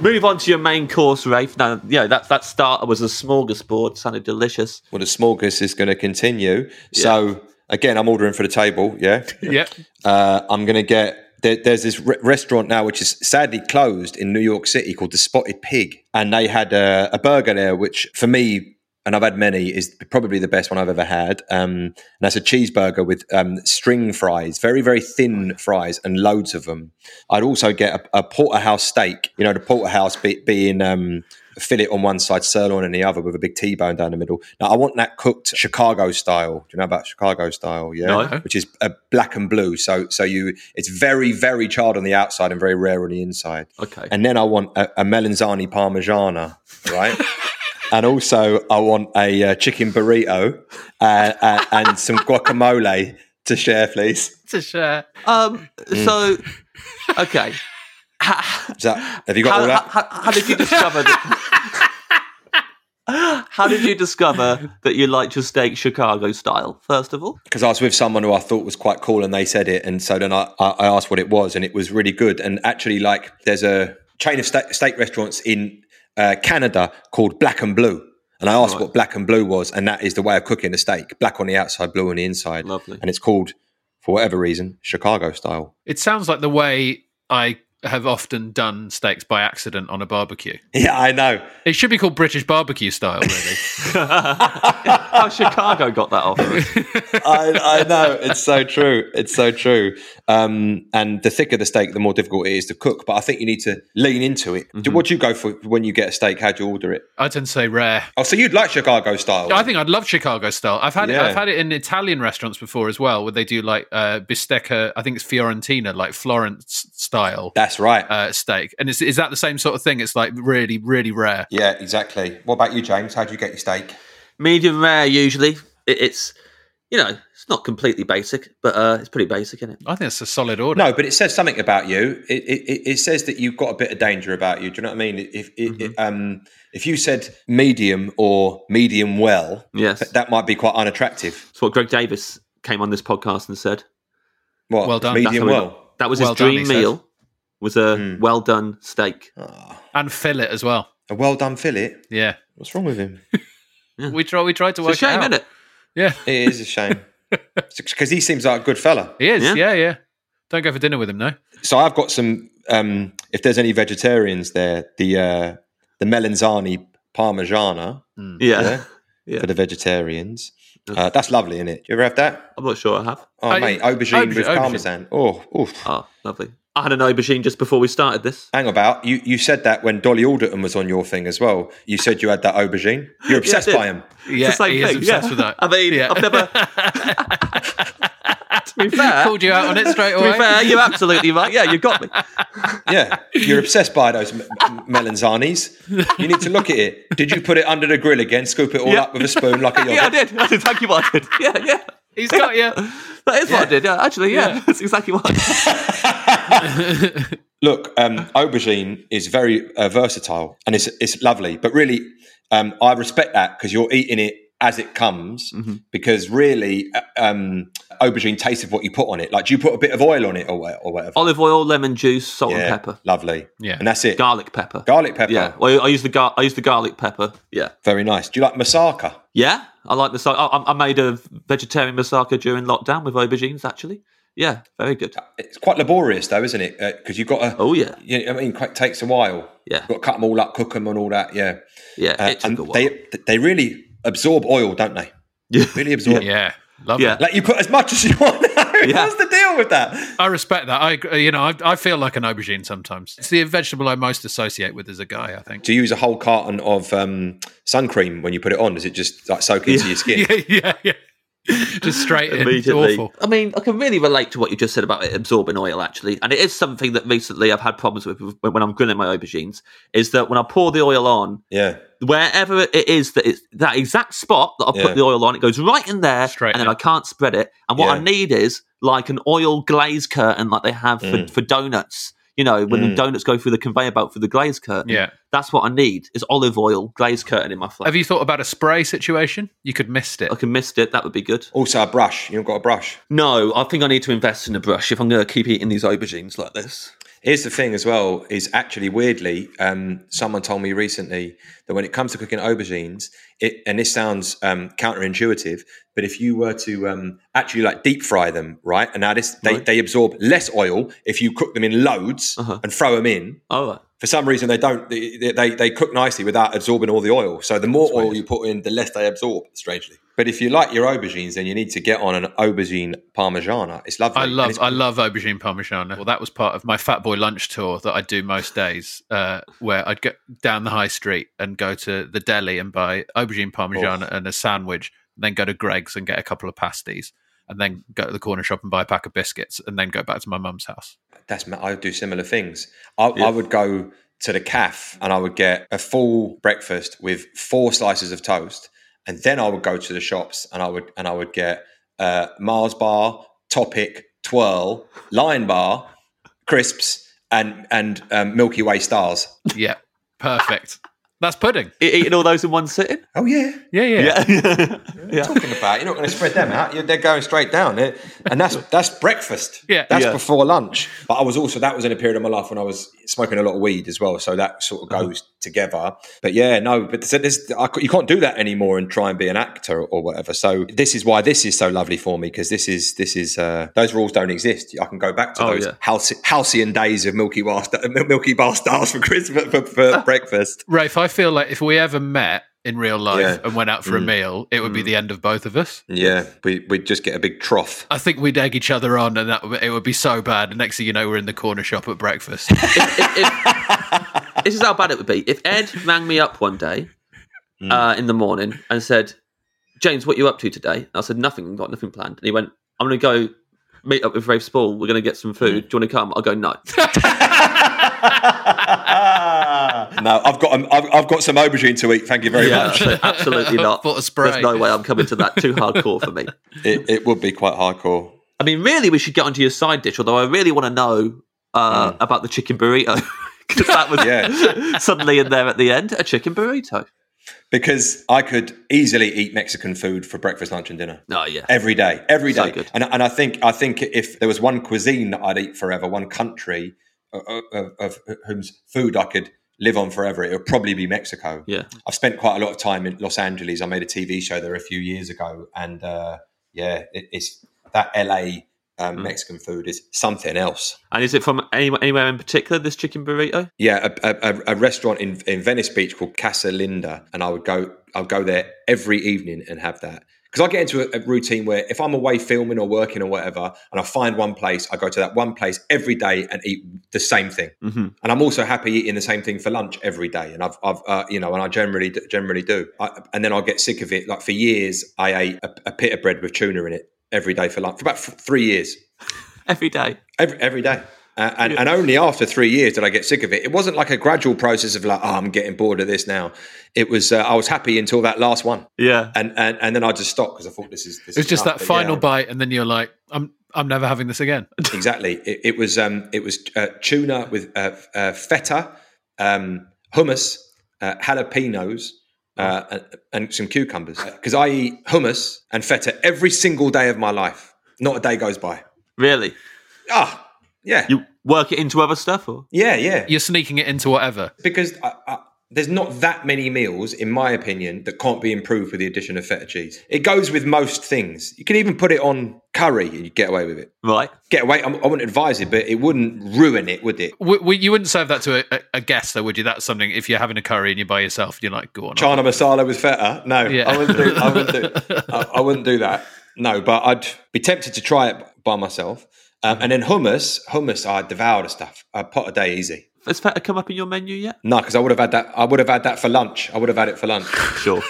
Move on to your main course, Rafe. Now, yeah, that, that starter was a smorgasbord, sounded delicious. Well, the smorgasbord is going to continue. So again, I'm ordering for the table. Yeah, Yeah. uh, I'm going to get. There, there's this re- restaurant now, which is sadly closed in New York City, called the Spotted Pig, and they had a, a burger there, which for me, and I've had many, is probably the best one I've ever had. Um, and that's a cheeseburger with um, string fries, very very thin fries, and loads of them. I'd also get a, a porterhouse steak. You know, the porterhouse be, being um, fillet on one side, sirloin on the other, with a big T-bone down the middle. Now, I want that cooked Chicago style. Do you know about Chicago style? Yeah, No. which is uh, black and blue. So, so you, it's very, very charred on the outside and very rare on the inside. Okay. And then I want a, a melanzani parmigiana, (laughs) right? and also I want a uh, chicken burrito uh, uh, and some guacamole to share, please. To share. Um, so, okay. Is that, have you got how, all that? How, how- how did you discover that? (laughs) how did you discover that you liked your steak Chicago style? First of all, because I was with someone who I thought was quite cool, and they said it, and so then I, I I asked what it was, and it was really good. And actually, like there's a chain of steak, steak restaurants in uh, Canada called Black and Blue, and I asked what Black and Blue was, and that is the way of cooking a steak: black on the outside, blue on the inside. Lovely. And it's called, for whatever reason, Chicago style. (laughs) It sounds like the way I have often done steaks by accident on a barbecue. Yeah, I know. It should be called British barbecue style, (laughs) really. how Chicago got that off? I, I know it's so true. It's so true. Um, and the thicker the steak, the more difficult it is to cook. But I think you need to lean into it. Do What do you go for when you get a steak? How do you order it? I tend to say rare. Oh, so you'd like Chicago style? I think I'd love Chicago style. I've had it, Yeah. I've had it in Italian restaurants before as well, where they do like uh, bistecca. I think it's Fiorentina, like Florence style that's right. uh, steak. And is, is that the same sort of thing? It's like really, really rare. yeah, exactly. What about you, James? How do you get your steak? Medium rare usually. It, it's you know it's not completely basic, but uh, it's pretty basic, isn't it? I think it's a solid order. No, but it says something about you. It, it, it- it says that you've got a bit of danger about you. Do you know what I mean? If it, it, um, if you said medium or medium well, Yes, th- that might be quite unattractive. that's what Greg Davis came on this podcast and said. What? Well done. Medium That's how we well. got- That was Well his done, dream he said. meal. Was a Hmm. well done steak. And fillet as well. Ah, A well done fillet. Yeah. What's wrong with (laughs) him? We try. We tried to work It's a it shame, out. isn't it? Yeah, It is a shame because he seems like a good fella. he is. Yeah. Yeah. yeah, Don't go for dinner with him, no. So I've got some. Um, if there's any vegetarians there, the uh, the melanzani parmigiana. Yeah. yeah, Yeah. for the vegetarians. Uh, that's lovely, isn't it? You ever have that? I'm not sure I have. Oh, Uh, mate, yeah. aubergine Aubergine- with aubergine. parmesan. Oh, oof. Oh, lovely. I had an aubergine just before we started this. Hang about. You you said that when Dolly Alderton was on your thing as well. You said you had that aubergine. You're obsessed did. by him. Yeah, it's the same he thing. is obsessed yeah. with that. (laughs) I mean, Yeah. I've never. to be fair, Called you out on it straight (laughs) to away. be fair, you're absolutely right. Yeah, you got me. Yeah, you're obsessed by those m- m- melanzanis. You need to look at it. Did you put it under the grill again? Scoop it all Yeah. up with a spoon like a yogurt? (laughs) Yeah, I did. I did. Thank you, what I did. (laughs) Yeah, yeah. He's got (laughs) you. That is what I did. Yeah, actually, yeah, Yeah. that's exactly what. I (laughs) did. Look, um, Ah. aubergine is very uh, versatile and it's it's lovely. But really, um, I respect that because you're eating it as it comes. Mm-hmm. Because really, uh, um, aubergine tastes of what you put on it. Like, do you put a bit of oil on it or, wha- or whatever? Olive oil, lemon juice, salt yeah, and pepper, lovely. Yeah. and that's it. garlic pepper. Garlic pepper. Yeah, well, I use the gar- I use the garlic pepper. Yeah, Very nice. Do you like masaka? yeah. I like the. So- I, I- I made a vegetarian moussaka during lockdown with aubergines. Actually, yeah, very good. It's quite laborious though, isn't it? Because you've got to. Oh yeah, You know, what I mean, quite takes a while. Yeah. You've got to cut them all up, cook them, and all that. Yeah. yeah. Uh, it took and a while. they they really absorb oil, don't they? Yeah. Really absorb. Yeah, love yeah. it. Like you put as much as you (laughs) want. Yeah. What's the deal with that? I respect that. I, agree- you know, I, I feel like an aubergine sometimes. It's the vegetable I most associate with as a guy. I (laughs) think. Do you use a whole carton of um, sun cream when you put it on? Does it just like soak into your skin? (laughs) yeah, yeah. Just straight in. It's immediately. Awful. I mean, I can really relate to what you just said about it absorbing oil, actually, and it is something that recently I've had problems with with- when I'm grilling my aubergines. Is that when I pour the oil on, Yeah. wherever it is that it's that exact spot that I Yeah. put the oil on, it goes right in there, Straight and then in. I can't spread it. And what I Yeah. need is like an oil glaze curtain, like they have Mm. for, for donuts. You know, when the Mm. donuts go through the conveyor belt through the glaze curtain. Yeah. that's what I need is olive oil glaze curtain in my flat. Have you thought about a spray situation? You could missed it. I can missed it. That would be good. Also, a brush. You've got a brush. No, I think I need to invest in a brush if I'm going to keep eating these aubergines like this. Here's the thing as well is actually weirdly, um, someone told me recently that when it comes to cooking aubergines, it and this sounds um, counterintuitive, but if you were to um, actually like deep fry them, right? And now this they, Right. Uh-huh. they absorb less oil if you cook them in loads and throw them in. All right. For some reason, they don't they, they they cook nicely without absorbing all the oil. So the more oil you put in, the less they absorb. Strangely, but if you like your aubergines, then you need to get on an aubergine parmigiana. It's lovely. I and love it's I love aubergine parmigiana. Well, that was part of my fat boy lunch tour that I do most days, uh, where I'd go down the high street and go to the deli and buy aubergine parmigiana and a sandwich, and then go to Greg's and get a couple of pasties, and then go to the corner shop and buy a pack of biscuits, and then go back to my mum's house. that's ma- I would do similar things. I, I would go to the caf and I would get a full breakfast with four slices of toast, and then I would go to the shops and I would and I would get uh, Mars bar, Topic, Twirl, Lion bar, crisps, and and um, Milky Way stars. Yeah, perfect. That's pudding. E- Eating all those in one (laughs) sitting? Oh yeah, Yeah, yeah. Yeah. yeah. talking about you're not going to spread them out. You're, they're going straight down, They're- and that's that's breakfast. Yeah. that's Yeah. before lunch. But I was also that was in a period of my life when I was smoking a lot of weed as well, so that sort of goes together. But yeah, no, but so this, I, c- you can't do that anymore and try and be an actor or whatever. So this is why this is so lovely for me because this is this is uh, those rules don't exist. I can go back to Oh, those yeah. halcy- halcyon days of Milky Bar st- Milky Bar stars for Christmas for, for breakfast. Rafe, I feel like if we ever met in real life Yeah. and went out for a meal, it would be the end of both of us. Yeah, we we just get a big trough. I think we'd egg each other on, and that would- it would be so bad. And next thing you know, we're in the corner shop at breakfast. If- if- (laughs) this is how bad it would be. If Ed rang me up one day uh, in the morning and said, James, what you up to today? I said, nothing, got nothing planned. And he went, I'm going to go meet up with Rafe Spall. We're going to get some food. Do you want to come? I'll go, no. No, I've got um, I've, I've got some aubergine to eat. Thank you very Yeah, I much. said, (laughs) absolutely not. What a spray. There's no way I'm coming to that. Too hardcore for me. It, it would be quite hardcore. I mean, really, we should get onto your side dish. Although I really want to know uh, about the chicken burrito (laughs) because that was (laughs) Yeah. suddenly in there at the end a chicken burrito. Because I could easily eat Mexican food for breakfast, lunch, and dinner Oh yeah, every day, every So day. good. And and I think I think if there was one cuisine that I'd eat forever, one country of, of, of whose food I could live on forever, it would probably be Mexico. yeah. I've spent quite a lot of time in Los Angeles. I made a TV show there a few years ago, and uh, yeah, it, it's that LA um, Mm. Mexican food is something else. And is it from any, anywhere in particular? This chicken burrito? Yeah, a, a, a- a restaurant in, in Venice Beach called Casa Linda, and I would go. I'll go there every evening and have that because I get into a, a routine where if I'm away filming or working or whatever, and I find one place, I go to that one place every day and eat the same thing. Mhm. And I'm also happy eating the same thing for lunch every day. And I've, I've uh, you know, and I generally d- generally do. I, and then I'll get sick of it. Like for years, I ate a, a pita bread with tuna in it every day for lunch for about f- three years Every day. every, every day. Uh, and, and only after three years did I get sick of it. It wasn't like a gradual process of like, oh, I'm getting bored of this now. It was uh, I was happy until that last one, Yeah. and and, and then I just stopped because I thought this is. This It was is just enough. that But yeah, final bite, and then you're like, "I'm, I'm never having this again." exactly. It, it was um, it was uh, tuna with uh, uh, feta, um, hummus, uh, jalapenos, uh, and, and some cucumbers. Because I eat hummus and feta every single day of my life. Not a day goes by. Really? Ah, yeah, You work it into other stuff, or yeah, yeah. You're sneaking it into whatever. because I, I, there's not that many meals, in my opinion, that can't be improved with the addition of feta cheese. It goes with most things. You can even put it on curry and you get away with it. right? Get away. I'm, I wouldn't advise it, but it wouldn't ruin it, would it? W w you wouldn't serve that to a, a- a guest, though, would you? That's something. If you're having a curry and you're by yourself, you're like, "Go on." I'll- China masala with feta? No, Yeah. I wouldn't do. I wouldn't do. I, I wouldn't do that. No, but I'd be tempted to try it by myself. Um, and then hummus, hummus, I devour the stuff. A pot a day, easy. Has feta come up in your menu yet? No, because I would have had that. I would have had that for lunch. I would have had it for lunch. Sure.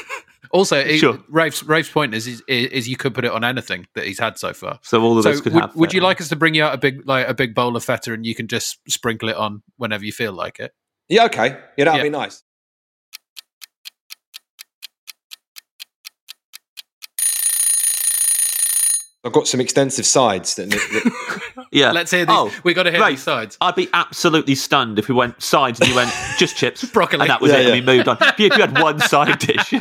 Also, it, Sure. Rafe's, Rafe's point is, is is you could put it on anything that he's had so far. So all of so us could would, have. would that. you like us to bring you out a big like a big bowl of feta and you can just sprinkle it on whenever you feel like it? Yeah, okay. Yeah, that'd Yeah. be nice. I've got some extensive sides that, that (laughs) Yeah. Let's hear these. Oh, we got to hear Rafe, these sides. I'd be absolutely stunned if we went sides and (laughs) you went just chips, Broccoli. and that was Yeah, it. yeah. And we moved on. If you, if you had one side (laughs) dish,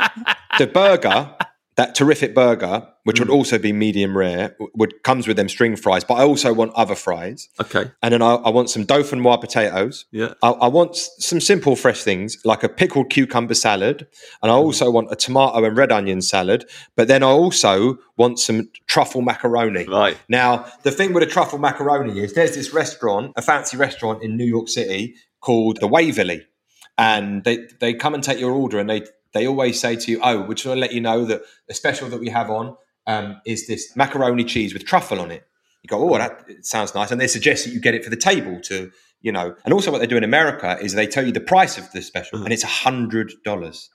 the burger, that terrific burger, which Mm. would also be medium rare, w- would comes with them string fries. But I also want other fries, okay, and then I, I want some dauphinoise potatoes. yeah, I, I want s- some simple fresh things like a pickled cucumber salad, and I Mm. also want a tomato and red onion salad. But then I also want some truffle macaroni. right, Now, the thing with a truffle macaroni is there's this restaurant, a fancy restaurant in New York City called the Waverly, and they they come and take your order, and they they always say to you, "Oh, we just want to let you know that the special that we have on um, is this macaroni cheese with truffle on it." You go, "Oh, that it sounds nice," and they suggest that you get it for the table to. You know, and also what they do in America is they tell you the price of the special, and it's a hundred dollars.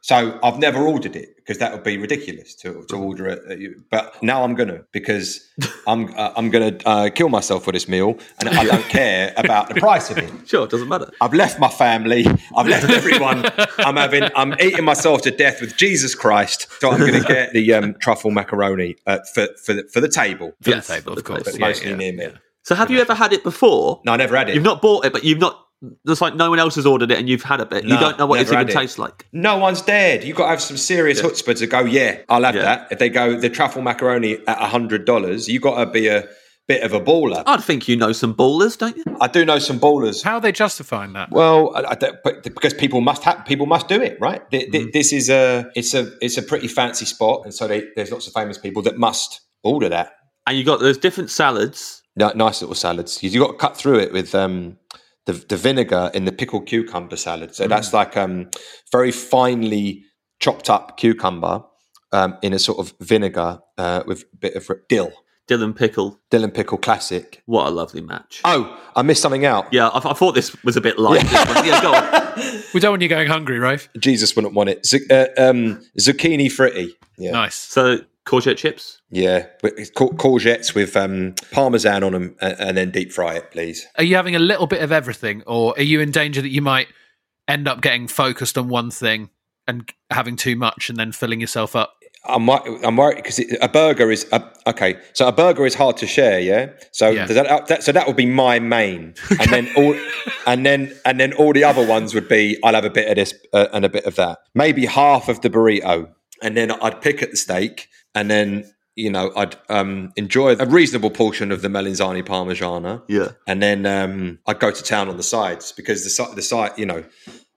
So I've never ordered it because that would be ridiculous to, Mm-hmm. to order it. uh, But now I'm gonna because I'm uh, I'm gonna uh, kill myself for this meal, and (laughs) I don't care about the price of it. sure, doesn't matter. I've left my family. I've left everyone. I'm having. I'm eating myself to death with Jesus Christ. So I'm gonna get the um, truffle macaroni uh, for for the, for the table, For Yes, the table, for of the table. course. but Yeah, mostly yeah. near me. So have you ever had it before? No, I never had it. You've not bought it, but you've not. There's like no one else has ordered it, and you've had a bit. you No, don't know what it's never even had it. tastes like. No one's dared. You've got to have some serious chutzpah to go, yeah, I'll have Yeah. that. If they go, the truffle macaroni at $100, you've got to be a bit of a baller. I'd think you know some ballers, don't you? I do know some ballers. How are they justifying that? Well, I, I don't- but because people must have, people must do it, right? Th- th- This is a, it's a, it's a pretty fancy spot, and so they, there's lots of famous people that must order that. And you got those different salads. Ni- Nice little salads. You've got to cut through it with um, the, the vinegar in the pickled cucumber salad. So that's like um, very finely chopped up cucumber um, in a sort of vinegar uh, with a bit of dill, Dylan Pickle. dill and pickle classic. What a lovely match. Oh, I missed something out. yeah, I, I thought this was a bit light. this one. (laughs) yeah go on. We don't want you going hungry, Rafe. Jesus wouldn't want it. Zu- uh, um, zucchini fritti. Yeah, Nice. So courgette chips. yeah. With- it's cour- courgettes with um, parmesan on them, and, and then deep fry it, please. Are you having a little bit of everything, or are you in danger that you might end up getting focused on one thing and having too much and then filling yourself up? I'm wor- I'm worried because a burger is uh, okay. So a burger is hard to share, yeah. So Yeah. That, uh, that so that would be my main, and then all and then and then all the other ones would be I'll have a bit of this uh, and a bit of that, maybe half of the burrito, and then I'd pick at the steak, and then you know I'd um, enjoy a reasonable portion of the melanzane parmigiana, Yeah. and then um, I'd go to town on the sides because the si- the side you know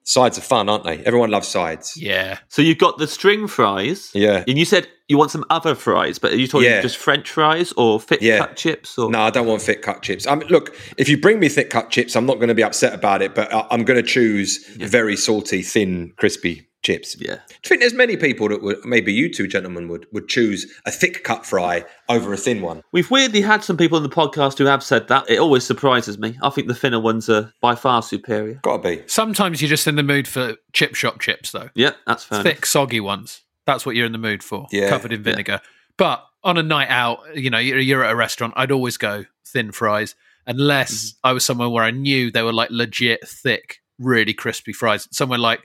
sides are fun, aren't they? Everyone loves sides. Yeah. So you've got the string fries. Yeah. And you said you want some other fries, but are you talking Yeah. just French fries or fit Yeah. cut chips or No, I don't want thick cut chips. I mean, look, if you bring me thick cut chips, I'm not going to be upset about it, but I- I'm going to choose very salty, thin, crispy chips. Yeah. Do you think there's many people that would, maybe you two gentlemen would, would choose a thick cut fry over a thin one? We've weirdly had some people in the podcast who have said that. It always surprises me. I think the thinner ones are by far superior. Got to be. Sometimes you're just in the mood for chip shop chips, though. Yeah, that's fair. enough. thick, soggy ones. That's what you're in the mood for, Yeah. covered in vinegar. But on a night out, you know, you're, you're at a restaurant, I'd always go thin fries, unless Mm-hmm. I was somewhere where I knew they were like legit thick, really crispy fries. Somewhere like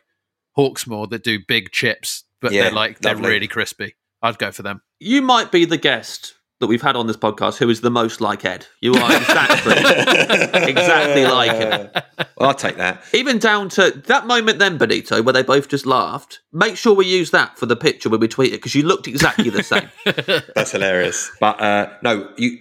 Hawksmoor that do big chips, but Yeah, they're like, they're lovely. really crispy. I'd go for them. You might be the guest that we've had on this podcast who is the most like Ed. You are (laughs) exactly, (laughs) exactly like him. (laughs) Well, I'll take that. Even down to that moment then, Benito, where they both just laughed. Make sure we use that for the picture when we tweet it because you looked exactly the same. That's hilarious. But uh, no, you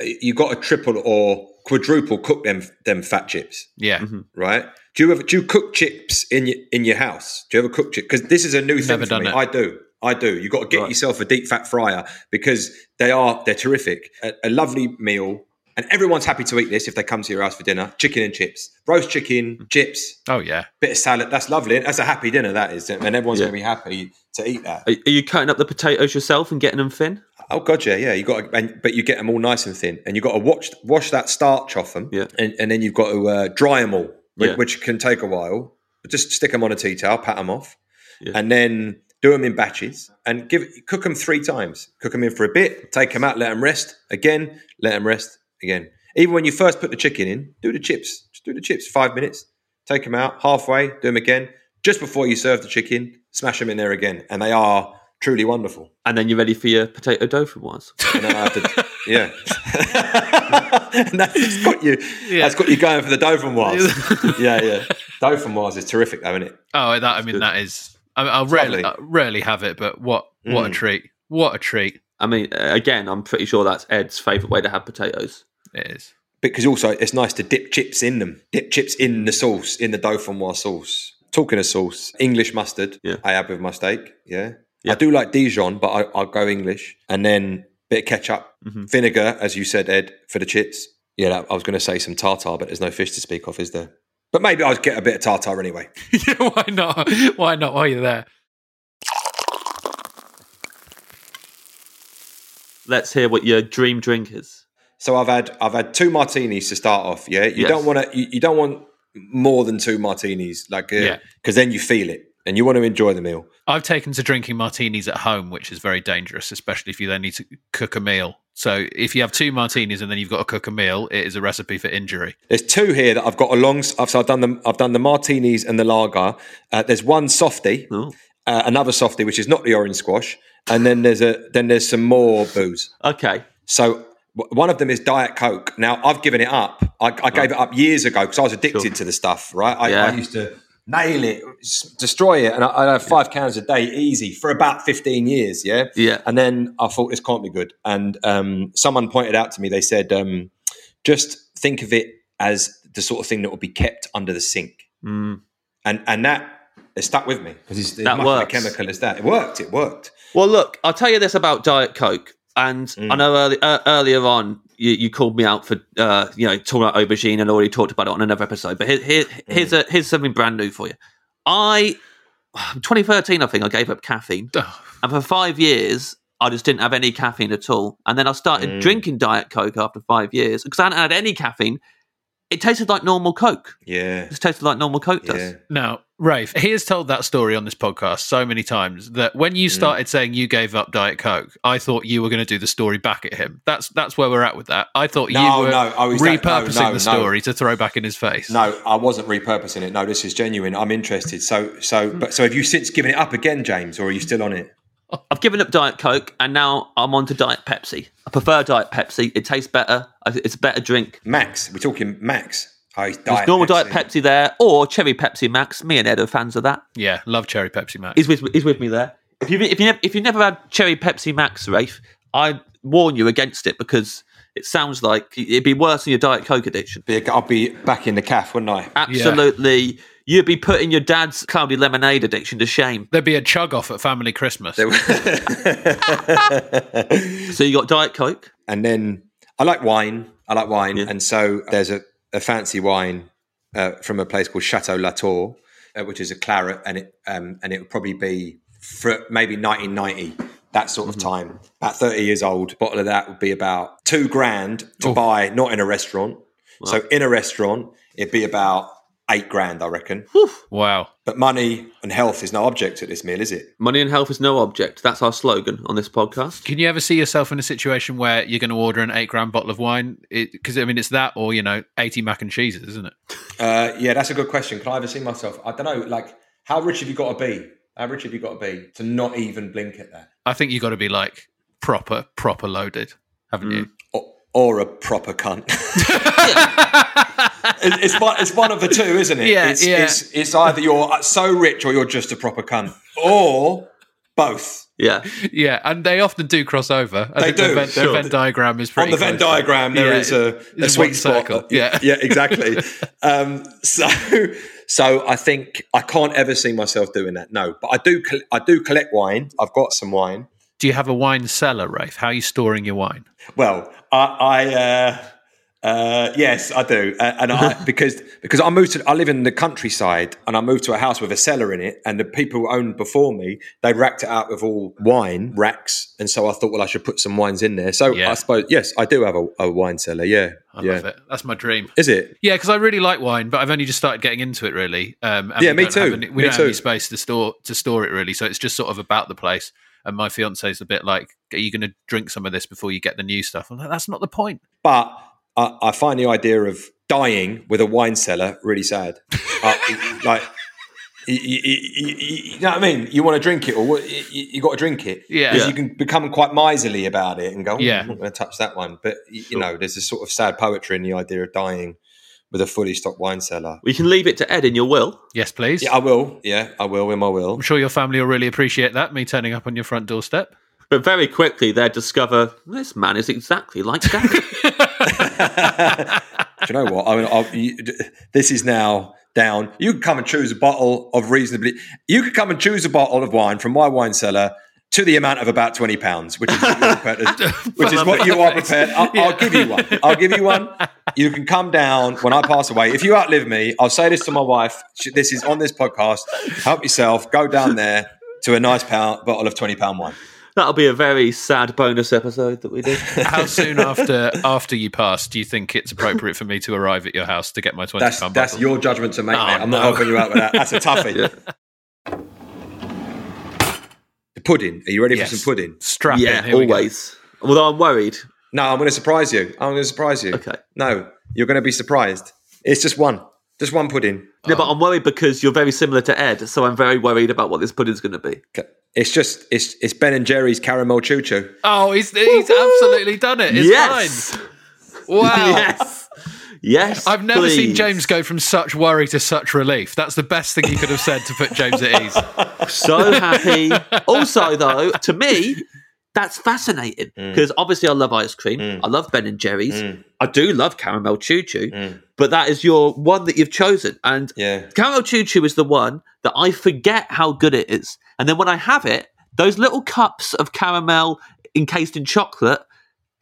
you got to triple or quadruple cook them them fat chips. Yeah. right? Do you ever do you cook chips in your in your house? Do you ever cook chips? Because this is a new thing Never for done me. it. I do. I do. You got to get yourself a deep fat fryer because they are they're terrific. A, a lovely meal, and everyone's happy to eat this if they come to your house for dinner. Chicken and chips, roast chicken, chips, Oh, yeah. bit of salad. That's lovely. That's a happy dinner. That is, and everyone's Yeah. going to be happy to eat that. (laughs) are, are you cutting up the potatoes yourself and getting them thin? Oh god, yeah, yeah. You got, to, and, but you get them all nice and thin, and you got to watch wash that starch off them, Yeah. and, and then you've got to uh, dry them all, which, Yeah. which can take a while. But just stick them on a tea towel, pat them off, Yeah. and then do them in batches and give cook them three times. Cook them in for a bit, take them out, let them rest again, let them rest again. Even when you first put the chicken in, do the chips. Just do the chips five minutes, take them out halfway, do them again. Just before you serve the chicken, smash them in there again, and they are truly wonderful. And then you're ready for your potato dough for once. And then I have to, yeah. (laughs) and that's got you. That's got you going for the Dauphinoise. (laughs) yeah, yeah. Dauphinoise is terrific, though, isn't it? Oh, that I mean, that is. I mean, I rarely, I lovely. Mm. rarely have it, but what what a treat! What a treat I mean, uh, again, I'm pretty sure that's Ed's favourite way to have potatoes. it (laughs) is. (laughs) because also it's nice to dip chips in them. Dip chips in the sauce, in the dauphinoise sauce. Talking of sauce, English mustard Yeah. I have with my steak. Yeah. Yeah. I do like Dijon, but I, I'll go English. And then bit of ketchup, vinegar, as you said, Ed, for the chips. Yeah, that, I was going to say some tartar, but there's no fish to speak of, is there? But maybe I'd get a bit of tartar anyway. yeah, why not? Why not? While you're there, Let's hear what your dream drink is. So I've had I've had two martinis to start off. Yeah, you Yes. don't want to you, you don't want more than two martinis, like because Yeah. then you feel it and you want to enjoy the meal. I've taken to drinking martinis at home, which is very dangerous, especially if you then need to cook a meal. So if you have two martinis and then you've got to cook a meal, it is a recipe for injury. There's two here that I've got along. So I've done the I've done the martinis and the lager. Uh, there's one softy, Oh. uh, another softy, which is not the orange squash, and then there's a then there's some more booze. Okay. So w- one of them is Diet Coke. Now I've given it up. I, I gave it up years ago because I was addicted Sure. to the stuff. Right, I, Yeah. I used to nail it, s- destroy it, and I, I had five cans a day, easy, for about fifteen years. Yeah, Yeah. and then I thought this can't be good. And um, someone pointed out to me, they said, um, just think of it as the sort of thing that will be kept under the sink. Mm. And and that it stuck with me because it's That that much of a works. chemical as that. It worked. It worked. Well, look, I'll tell you this about Diet Coke, and I know early, uh, earlier on you, you called me out for uh, you know talking about aubergine, and already talked about it on another episode. But here, here, here's a, here's something brand new for you. I, (sighs) 2013, I think I gave up caffeine, and for five years I just didn't have any caffeine at all. And then I started drinking Diet Coke after five years because I hadn't had any caffeine. It tasted like normal Coke. Yeah. It just tasted like normal Coke does. Yeah. Now, Rafe, he has told that story on this podcast so many times that when Mm. you started saying you gave up Diet Coke, I thought you were going to do the story back at him. That's that's where we're at with that. I thought No, you were no, I was- no, repurposing no, no. the story to throw back in his face. No, I wasn't repurposing it. No, this is genuine. I'm interested. So so but so have you since given it up again, James, or are you still on it? I've given up Diet Coke and now I'm on to Diet Pepsi. I prefer Diet Pepsi. It tastes better. I- It's a better drink. Max, we're talking Max. Oh, he's There's diet normal Pepsi. Diet Pepsi there or Cherry Pepsi Max. Me and Ed are fans of that. Yeah, love cherry Pepsi Max. He's with, he's with me there. If you've, if, you never, if you've never had Cherry Pepsi Max, Rafe, I warn you against it because it sounds like it'd be worse than your Diet Coke addiction. Be- I'll be back in the calf, wouldn't I? Absolutely. You'd be putting your dad's cloudy lemonade addiction to shame. There'd be a chug off at family Christmas. (laughs) So you got Diet Coke. and then I like wine. I like wine, Yeah. and so there's a, a fancy wine uh, from a place called Chateau Latour, uh, which is a claret, and it um, and it would probably be for maybe 1990, that sort of time. About 30 years old, bottle of that would be about two grand to buy, not in a restaurant. So in a restaurant, it'd be about eight grand, I reckon. wow. But money and health is no object at this meal, is it? Money and health is no object. That's our slogan on this podcast. Can you ever see yourself in a situation where you're going to order an eight gram bottle of wine? Because I mean, it's that or you know, eighty mac and cheeses, isn't it? Uh, yeah, that's a good question. Can I ever see myself? I don't know. Like, how rich have you got to be? How rich have you got to be to not even blink at that? I think you got to be like proper, proper loaded, haven't you? Or, or a proper cunt. (laughs) Mm. (laughs) It- it's, one, it's one of the two, isn't it? Yeah, it's, yeah. It's, it's either you're uh, so rich or you're just a proper cunt, or both. Yeah. Yeah, and they often do cross over. I They think their Venn, do, their sure. Venn diagram is pretty on the Venn close. diagram, there Yeah, is a, a it's sweet one spot. circle. Yeah. yeah, (laughs) exactly. um, so, so I think I can't ever see myself doing that. No, but I do. col- I do collect wine. I've got some wine. Do you have a wine cellar, Rafe? How are you storing your wine? Well, I I, uh, Uh, yes, I do, uh, and (laughs) I because because I moved to I live in the countryside, and I moved to a house with a cellar in it, and the people who owned before me they racked it out with all wine racks, and so I thought, well, I should put some wines in there. So Yeah. I suppose yes, I do have a, a wine cellar. Yeah, I yeah. love it. That's my dream. Is it? Yeah, because I really like wine, but I've only just started getting into it really. Um, and Yeah, we me don't have too. any- we Me don't have any too. space to store to store it really, so it's just sort of about the place. And my fiance's a bit like, "Are you going to drink some of this before you get the new stuff?" I'm like, "That's not the point." But I, I find the idea of dying with a wine cellar really sad. Uh, (laughs) like, you, you know what I mean? You want to drink it, or what, you, you got to drink it. Yeah. because you can become quite miserly about it and go, oh, Yeah. "I'm not going to touch that one." But y you know, there's this sort of sad poetry in the idea of dying with a fully stocked wine cellar. We can leave it to Ed in your will. Yes, please. Yeah, I will. Yeah, I will. In my will. I'm sure your family will really appreciate that. Me turning up on your front doorstep. But very quickly, they discover this man is exactly like (laughs) Dad. Do you know what? I mean, I'll, you, this is now down. You could come and choose a bottle of reasonably. You could come and choose a bottle of wine from my wine cellar to the amount of about twenty pounds, which is what you're prepared to- which is what you are prepared. I'll, I'll give you one. I'll give you one. You can come down when I pass away. If you outlive me, I'll say this to my wife. She- This is on this podcast. Help yourself. Go down there to a nice pound, bottle of twenty pound wine. That'll be a very sad bonus episode that (laughs) we do. How soon (laughs) after after you pass do you think it's appropriate for me to arrive at your house to get my twenty That's pound that's bottle? your judgment to make, Oh, mate. I'm no. not helping you out with that. That's a toughie. The pudding. Are you ready for Yes. some pudding? strap. in. yeah, Here we go. always. Although I'm worried. No, I'm going to surprise you. I'm going to surprise you. Okay. No, you're going to be surprised. It's just one, just one pudding. No, Oh. but I'm worried because you're very similar to Ed, so I'm very worried about what this pudding's going to be. Okay. It's just it's it's Ben and Jerry's caramel choo choo. Oh, he's, he's absolutely done it. It's yes, fine. (laughs) Wow. yes, yes. I've never seen please. James go from such worry to such relief. That's the best thing you could have said to put James at (laughs) ease. so (laughs) happy. Also, though, to me, that's fascinating Mm. because obviously I love ice cream. I love Ben and Jerry's. I do love caramel choo choo, Mm. but that is your one that you've chosen. And Yeah. caramel choo choo is the one that I forget how good it is. And then when I have it, those little cups of caramel encased in chocolate.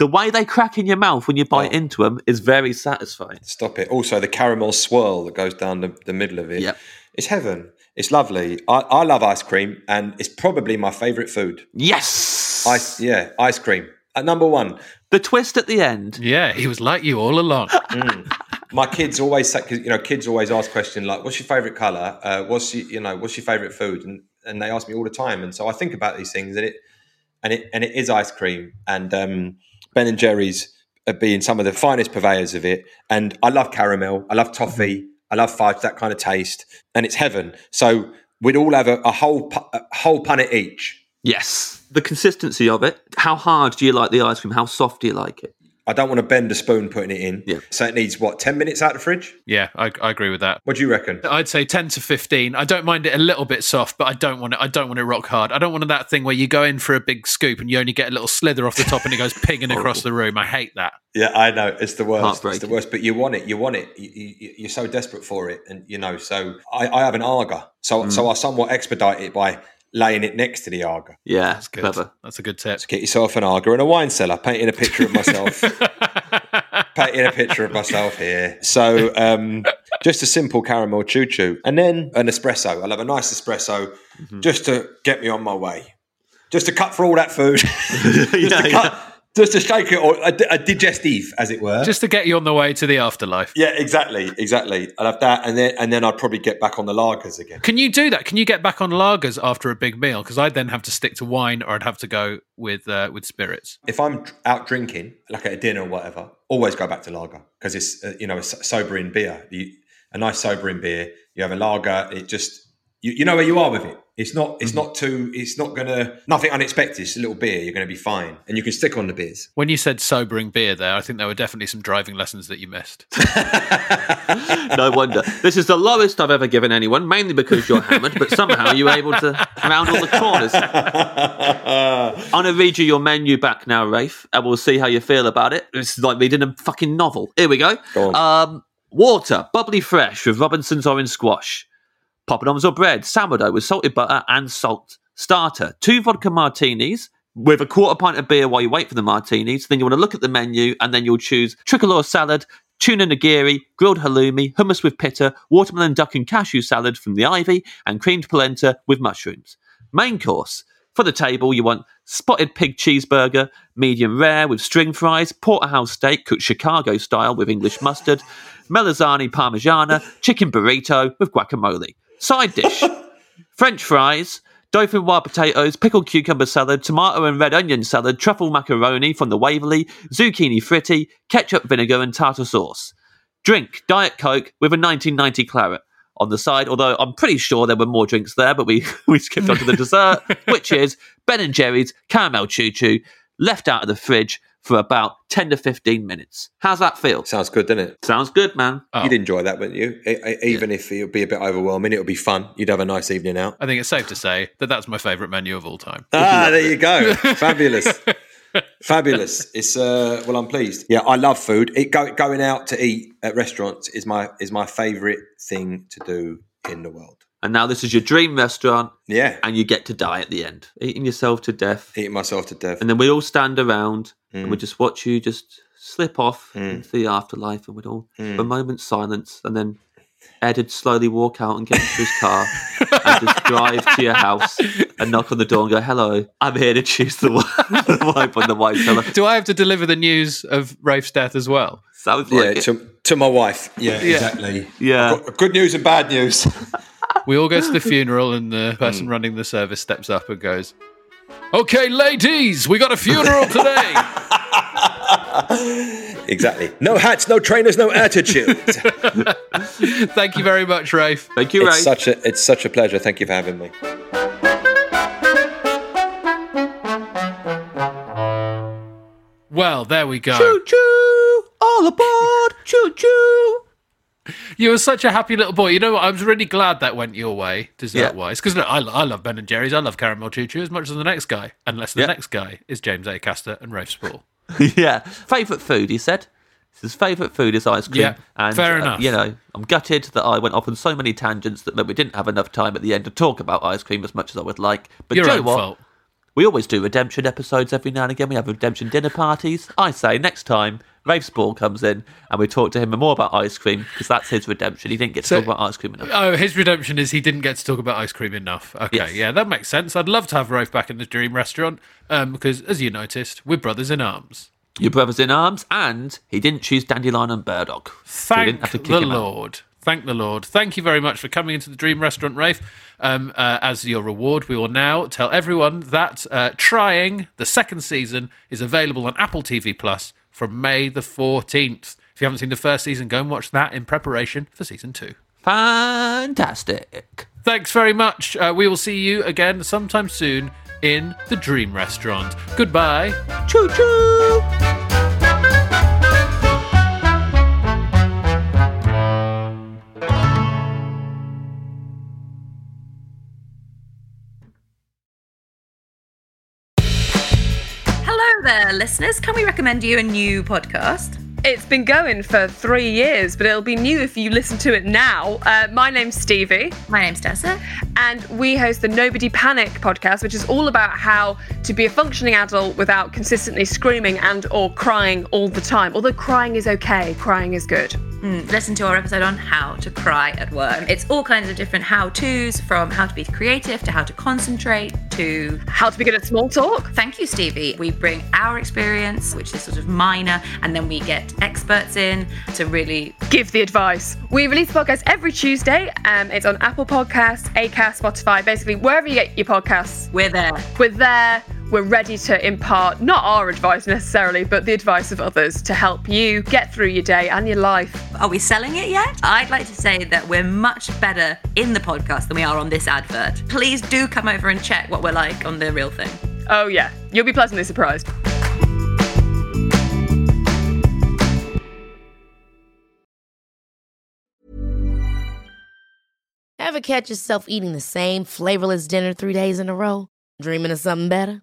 The way they crack in your mouth when you Oh. bite into them is very satisfying. Stop it. Also, the caramel swirl that goes down the, the middle of it. Yep. It's heaven. It's lovely. I, I love ice cream, and it's probably my favorite food. Yes, Ice, yeah, ice cream at number one. the twist at the end. Yeah, he was like you all along. my kids always say, cause, you know, kids always ask questions like, "What's your favorite color? Uh, what's your, you know, what's your favorite food?" And and they ask me all the time, and so I think about these things, and it and it and it is ice cream, and um, Ben and Jerry's are being some of the finest purveyors of it, and I love caramel, I love toffee, I love fudge, that kind of taste, and it's heaven. So we'd all have a, a whole pu- a whole punnet each. Yes. The consistency of it. How hard do you like the ice cream? How soft do you like it? I don't want to bend a spoon putting it in, Yeah. so it needs what ten minutes out of the fridge. Yeah, I, I agree with that. What do you reckon? I'd say ten to fifteen. I don't mind it a little bit soft, but I don't want it. I don't want it rock hard. I don't want that thing where you go in for a big scoop and you only get a little slither off the top and it goes (laughs) pinging Oh. across the room. I hate that. Yeah, I know it's the worst. It's the Heartbreaking. worst, but you want it. You want it. You, you, you're so desperate for it, and you know. So I, I have an arga, so so I somewhat expedite it by laying it next to the arga. Yeah. That's good. (laughs) Clever. (laughs) That's a good tip. Get yourself an arga and a wine cellar. Painting a picture of myself. painting a picture of myself here. So um, just a simple caramel choo choo, and then an espresso. I'll have a nice espresso just to get me on my way. Just to cut through all that food. (laughs) yeah, cut, just to shake it, or a, a digestive, as it were. Just to get you on the way to the afterlife. Yeah, exactly, exactly. I'd have that, and then and then I'd probably get back on the lagers again. Can you do that? Can you get back on lagers after a big meal? Because I'd then have to stick to wine, or I'd have to go with uh, with spirits. If I'm dr- out drinking, like at a dinner or whatever, always go back to lager because it's uh, you know a so- sobering beer. You, a nice sobering beer. You have a lager. It just you, you know where you are with it. It's not it's not too it's not gonna nothing unexpected. It's a little beer. You're gonna be fine, and you can stick on the beers. (laughs) When you said sobering beer, there, I think there were definitely some driving lessons that you missed. no wonder. This is the lowest I've ever given anyone, mainly because you're hammered, but somehow you're able to (laughs) round all the corners. I'm going to read you your menu back now, Rafe, and we'll see how you feel about it. It's like reading a fucking novel. Here we go. Go on. Um, water, bubbly fresh with Robinson's orange squash. Poppadoms or bread, sourdough with salted butter and salt. Starter, two vodka martinis, with a quarter pint of beer while you wait for the martinis. Then you want to look at the menu and then you'll choose tricolor salad, tuna nigiri, grilled halloumi, hummus with pitta, watermelon duck and cashew salad from the Ivy, and creamed polenta with mushrooms. Main course. For the table, you want spotted pig cheeseburger, medium rare with string fries, porterhouse steak cooked Chicago style with English mustard, (laughs) melanzane parmigiana, chicken burrito with guacamole. Side dish. French fries, dauphinoise potatoes, pickled cucumber salad, tomato and red onion salad, truffle macaroni from the Waverley, zucchini fritti, ketchup, vinegar, and tartar sauce. Drink Diet Coke with a 1990 claret on the side. Although I'm pretty sure there were more drinks there, but we (laughs) we skipped on to the dessert, which is Ben and Jerry's caramel choo choo, left out of the fridge for about 10 to 15 minutes. How's that feel? Sounds good, doesn't it? Sounds good, man. You'd enjoy that, wouldn't you? E- e- even if it would be a bit overwhelming, it would be fun. You'd have a nice evening out. I think it's safe to say that that's my favourite menu of all time. Ah, there you (laughs) go. Fabulous. Fabulous. It's uh well I'm pleased. Yeah, I love food. It go, going out to eat at restaurants is my is my favorite thing to do in the world. And now this is your dream restaurant, Yeah. and you get to die at the end, eating yourself to death. Eating myself to death. And then we all stand around and we Hmm. just watch you just slip off into the afterlife and we'd all Hmm. have a moment's silence and then Ed would slowly walk out and get into his car and just drive to your house and knock on the door and go, Hello, I'm here to choose the wi- (laughs) the wipe on the white colour. Do I have to deliver the news of Rafe's death as well? Sounds yeah, like it. to, to my wife. Yeah, exactly. Yeah. Got Good news and bad news. (laughs) We all go to the funeral, and the person Hmm. running the service steps up and goes, Okay, ladies, we got a funeral (laughs) today. exactly. No hats, no trainers, no (laughs) attitude. Thank you very much, Rafe. Thank you, Ray. it's such a it's such a pleasure. Thank you for having me. Well, there we go. Choo choo! All aboard! Choo choo! You were such a happy little boy. You know what? I was really glad that went your way, dessert wise. Because look, I, I love Ben and Jerry's. I love caramel choo choo as much as the next guy, unless the Yeah. next guy is James A. Caster and Rafe Spall. (laughs) yeah. Favourite food, he said. His favourite food is ice cream. Yeah, and, fair uh, enough. You know, I'm gutted that I went off on so many tangents that we didn't have enough time at the end to talk about ice cream as much as I would like. But Your do you own know what? fault. We always do redemption episodes every now and again. We have redemption dinner parties. I say next time Rafe Spall comes in and we talk to him more about ice cream because that's his redemption. He didn't get to talk about ice cream enough. Oh, his redemption is he didn't get to talk about ice cream enough. Okay, Yes. yeah, that makes sense. I'd love to have Rafe back in the Dream Restaurant um, because, as you noticed, we're brothers in arms. Your brother's in arms, and he didn't choose dandelion and burdock. So we Thank didn't have to kick the him out. Lord. Thank the Lord. Thank you very much for coming into the Dream Restaurant, Rafe. Um, uh, as your reward, we will now tell everyone that uh, Trying, the second season, is available on Apple TV Plus from May the 14th. If you haven't seen the first season, go and watch that in preparation for season two. Fantastic. Thanks very much. Uh, we will see you again sometime soon in the Dream Restaurant. Goodbye. Choo choo. Hello there, listeners. Can we recommend you a new podcast? It's been going for three years, but it'll be new if you listen to it now. Uh, my name's Stevie, My name's Tessa. and we host the Nobody Panic podcast, which is all about how to be a functioning adult without consistently screaming and or crying all the time. Although crying is okay, crying is good. Listen to our episode on how to cry at work. It's all kinds of different how to's from how to be creative to how to concentrate to. How to be good at small talk. Thank you, Stevie. We bring our experience, which is sort of minor, and then we get experts in to really Give the advice. We release podcasts every Tuesday. Um, it's on Apple Podcasts, Acast, Spotify, basically wherever you get your podcasts. we're there. We're there. We're ready to impart not our advice necessarily, but the advice of others to help you get through your day and your life. Are we selling it yet? I'd like to say that we're much better in the podcast than we are on this advert. Please do come over and check what we're like on the real thing. Oh, yeah, you'll be pleasantly surprised. Ever catch yourself eating the same flavorless dinner three days in a row? Dreaming of something better?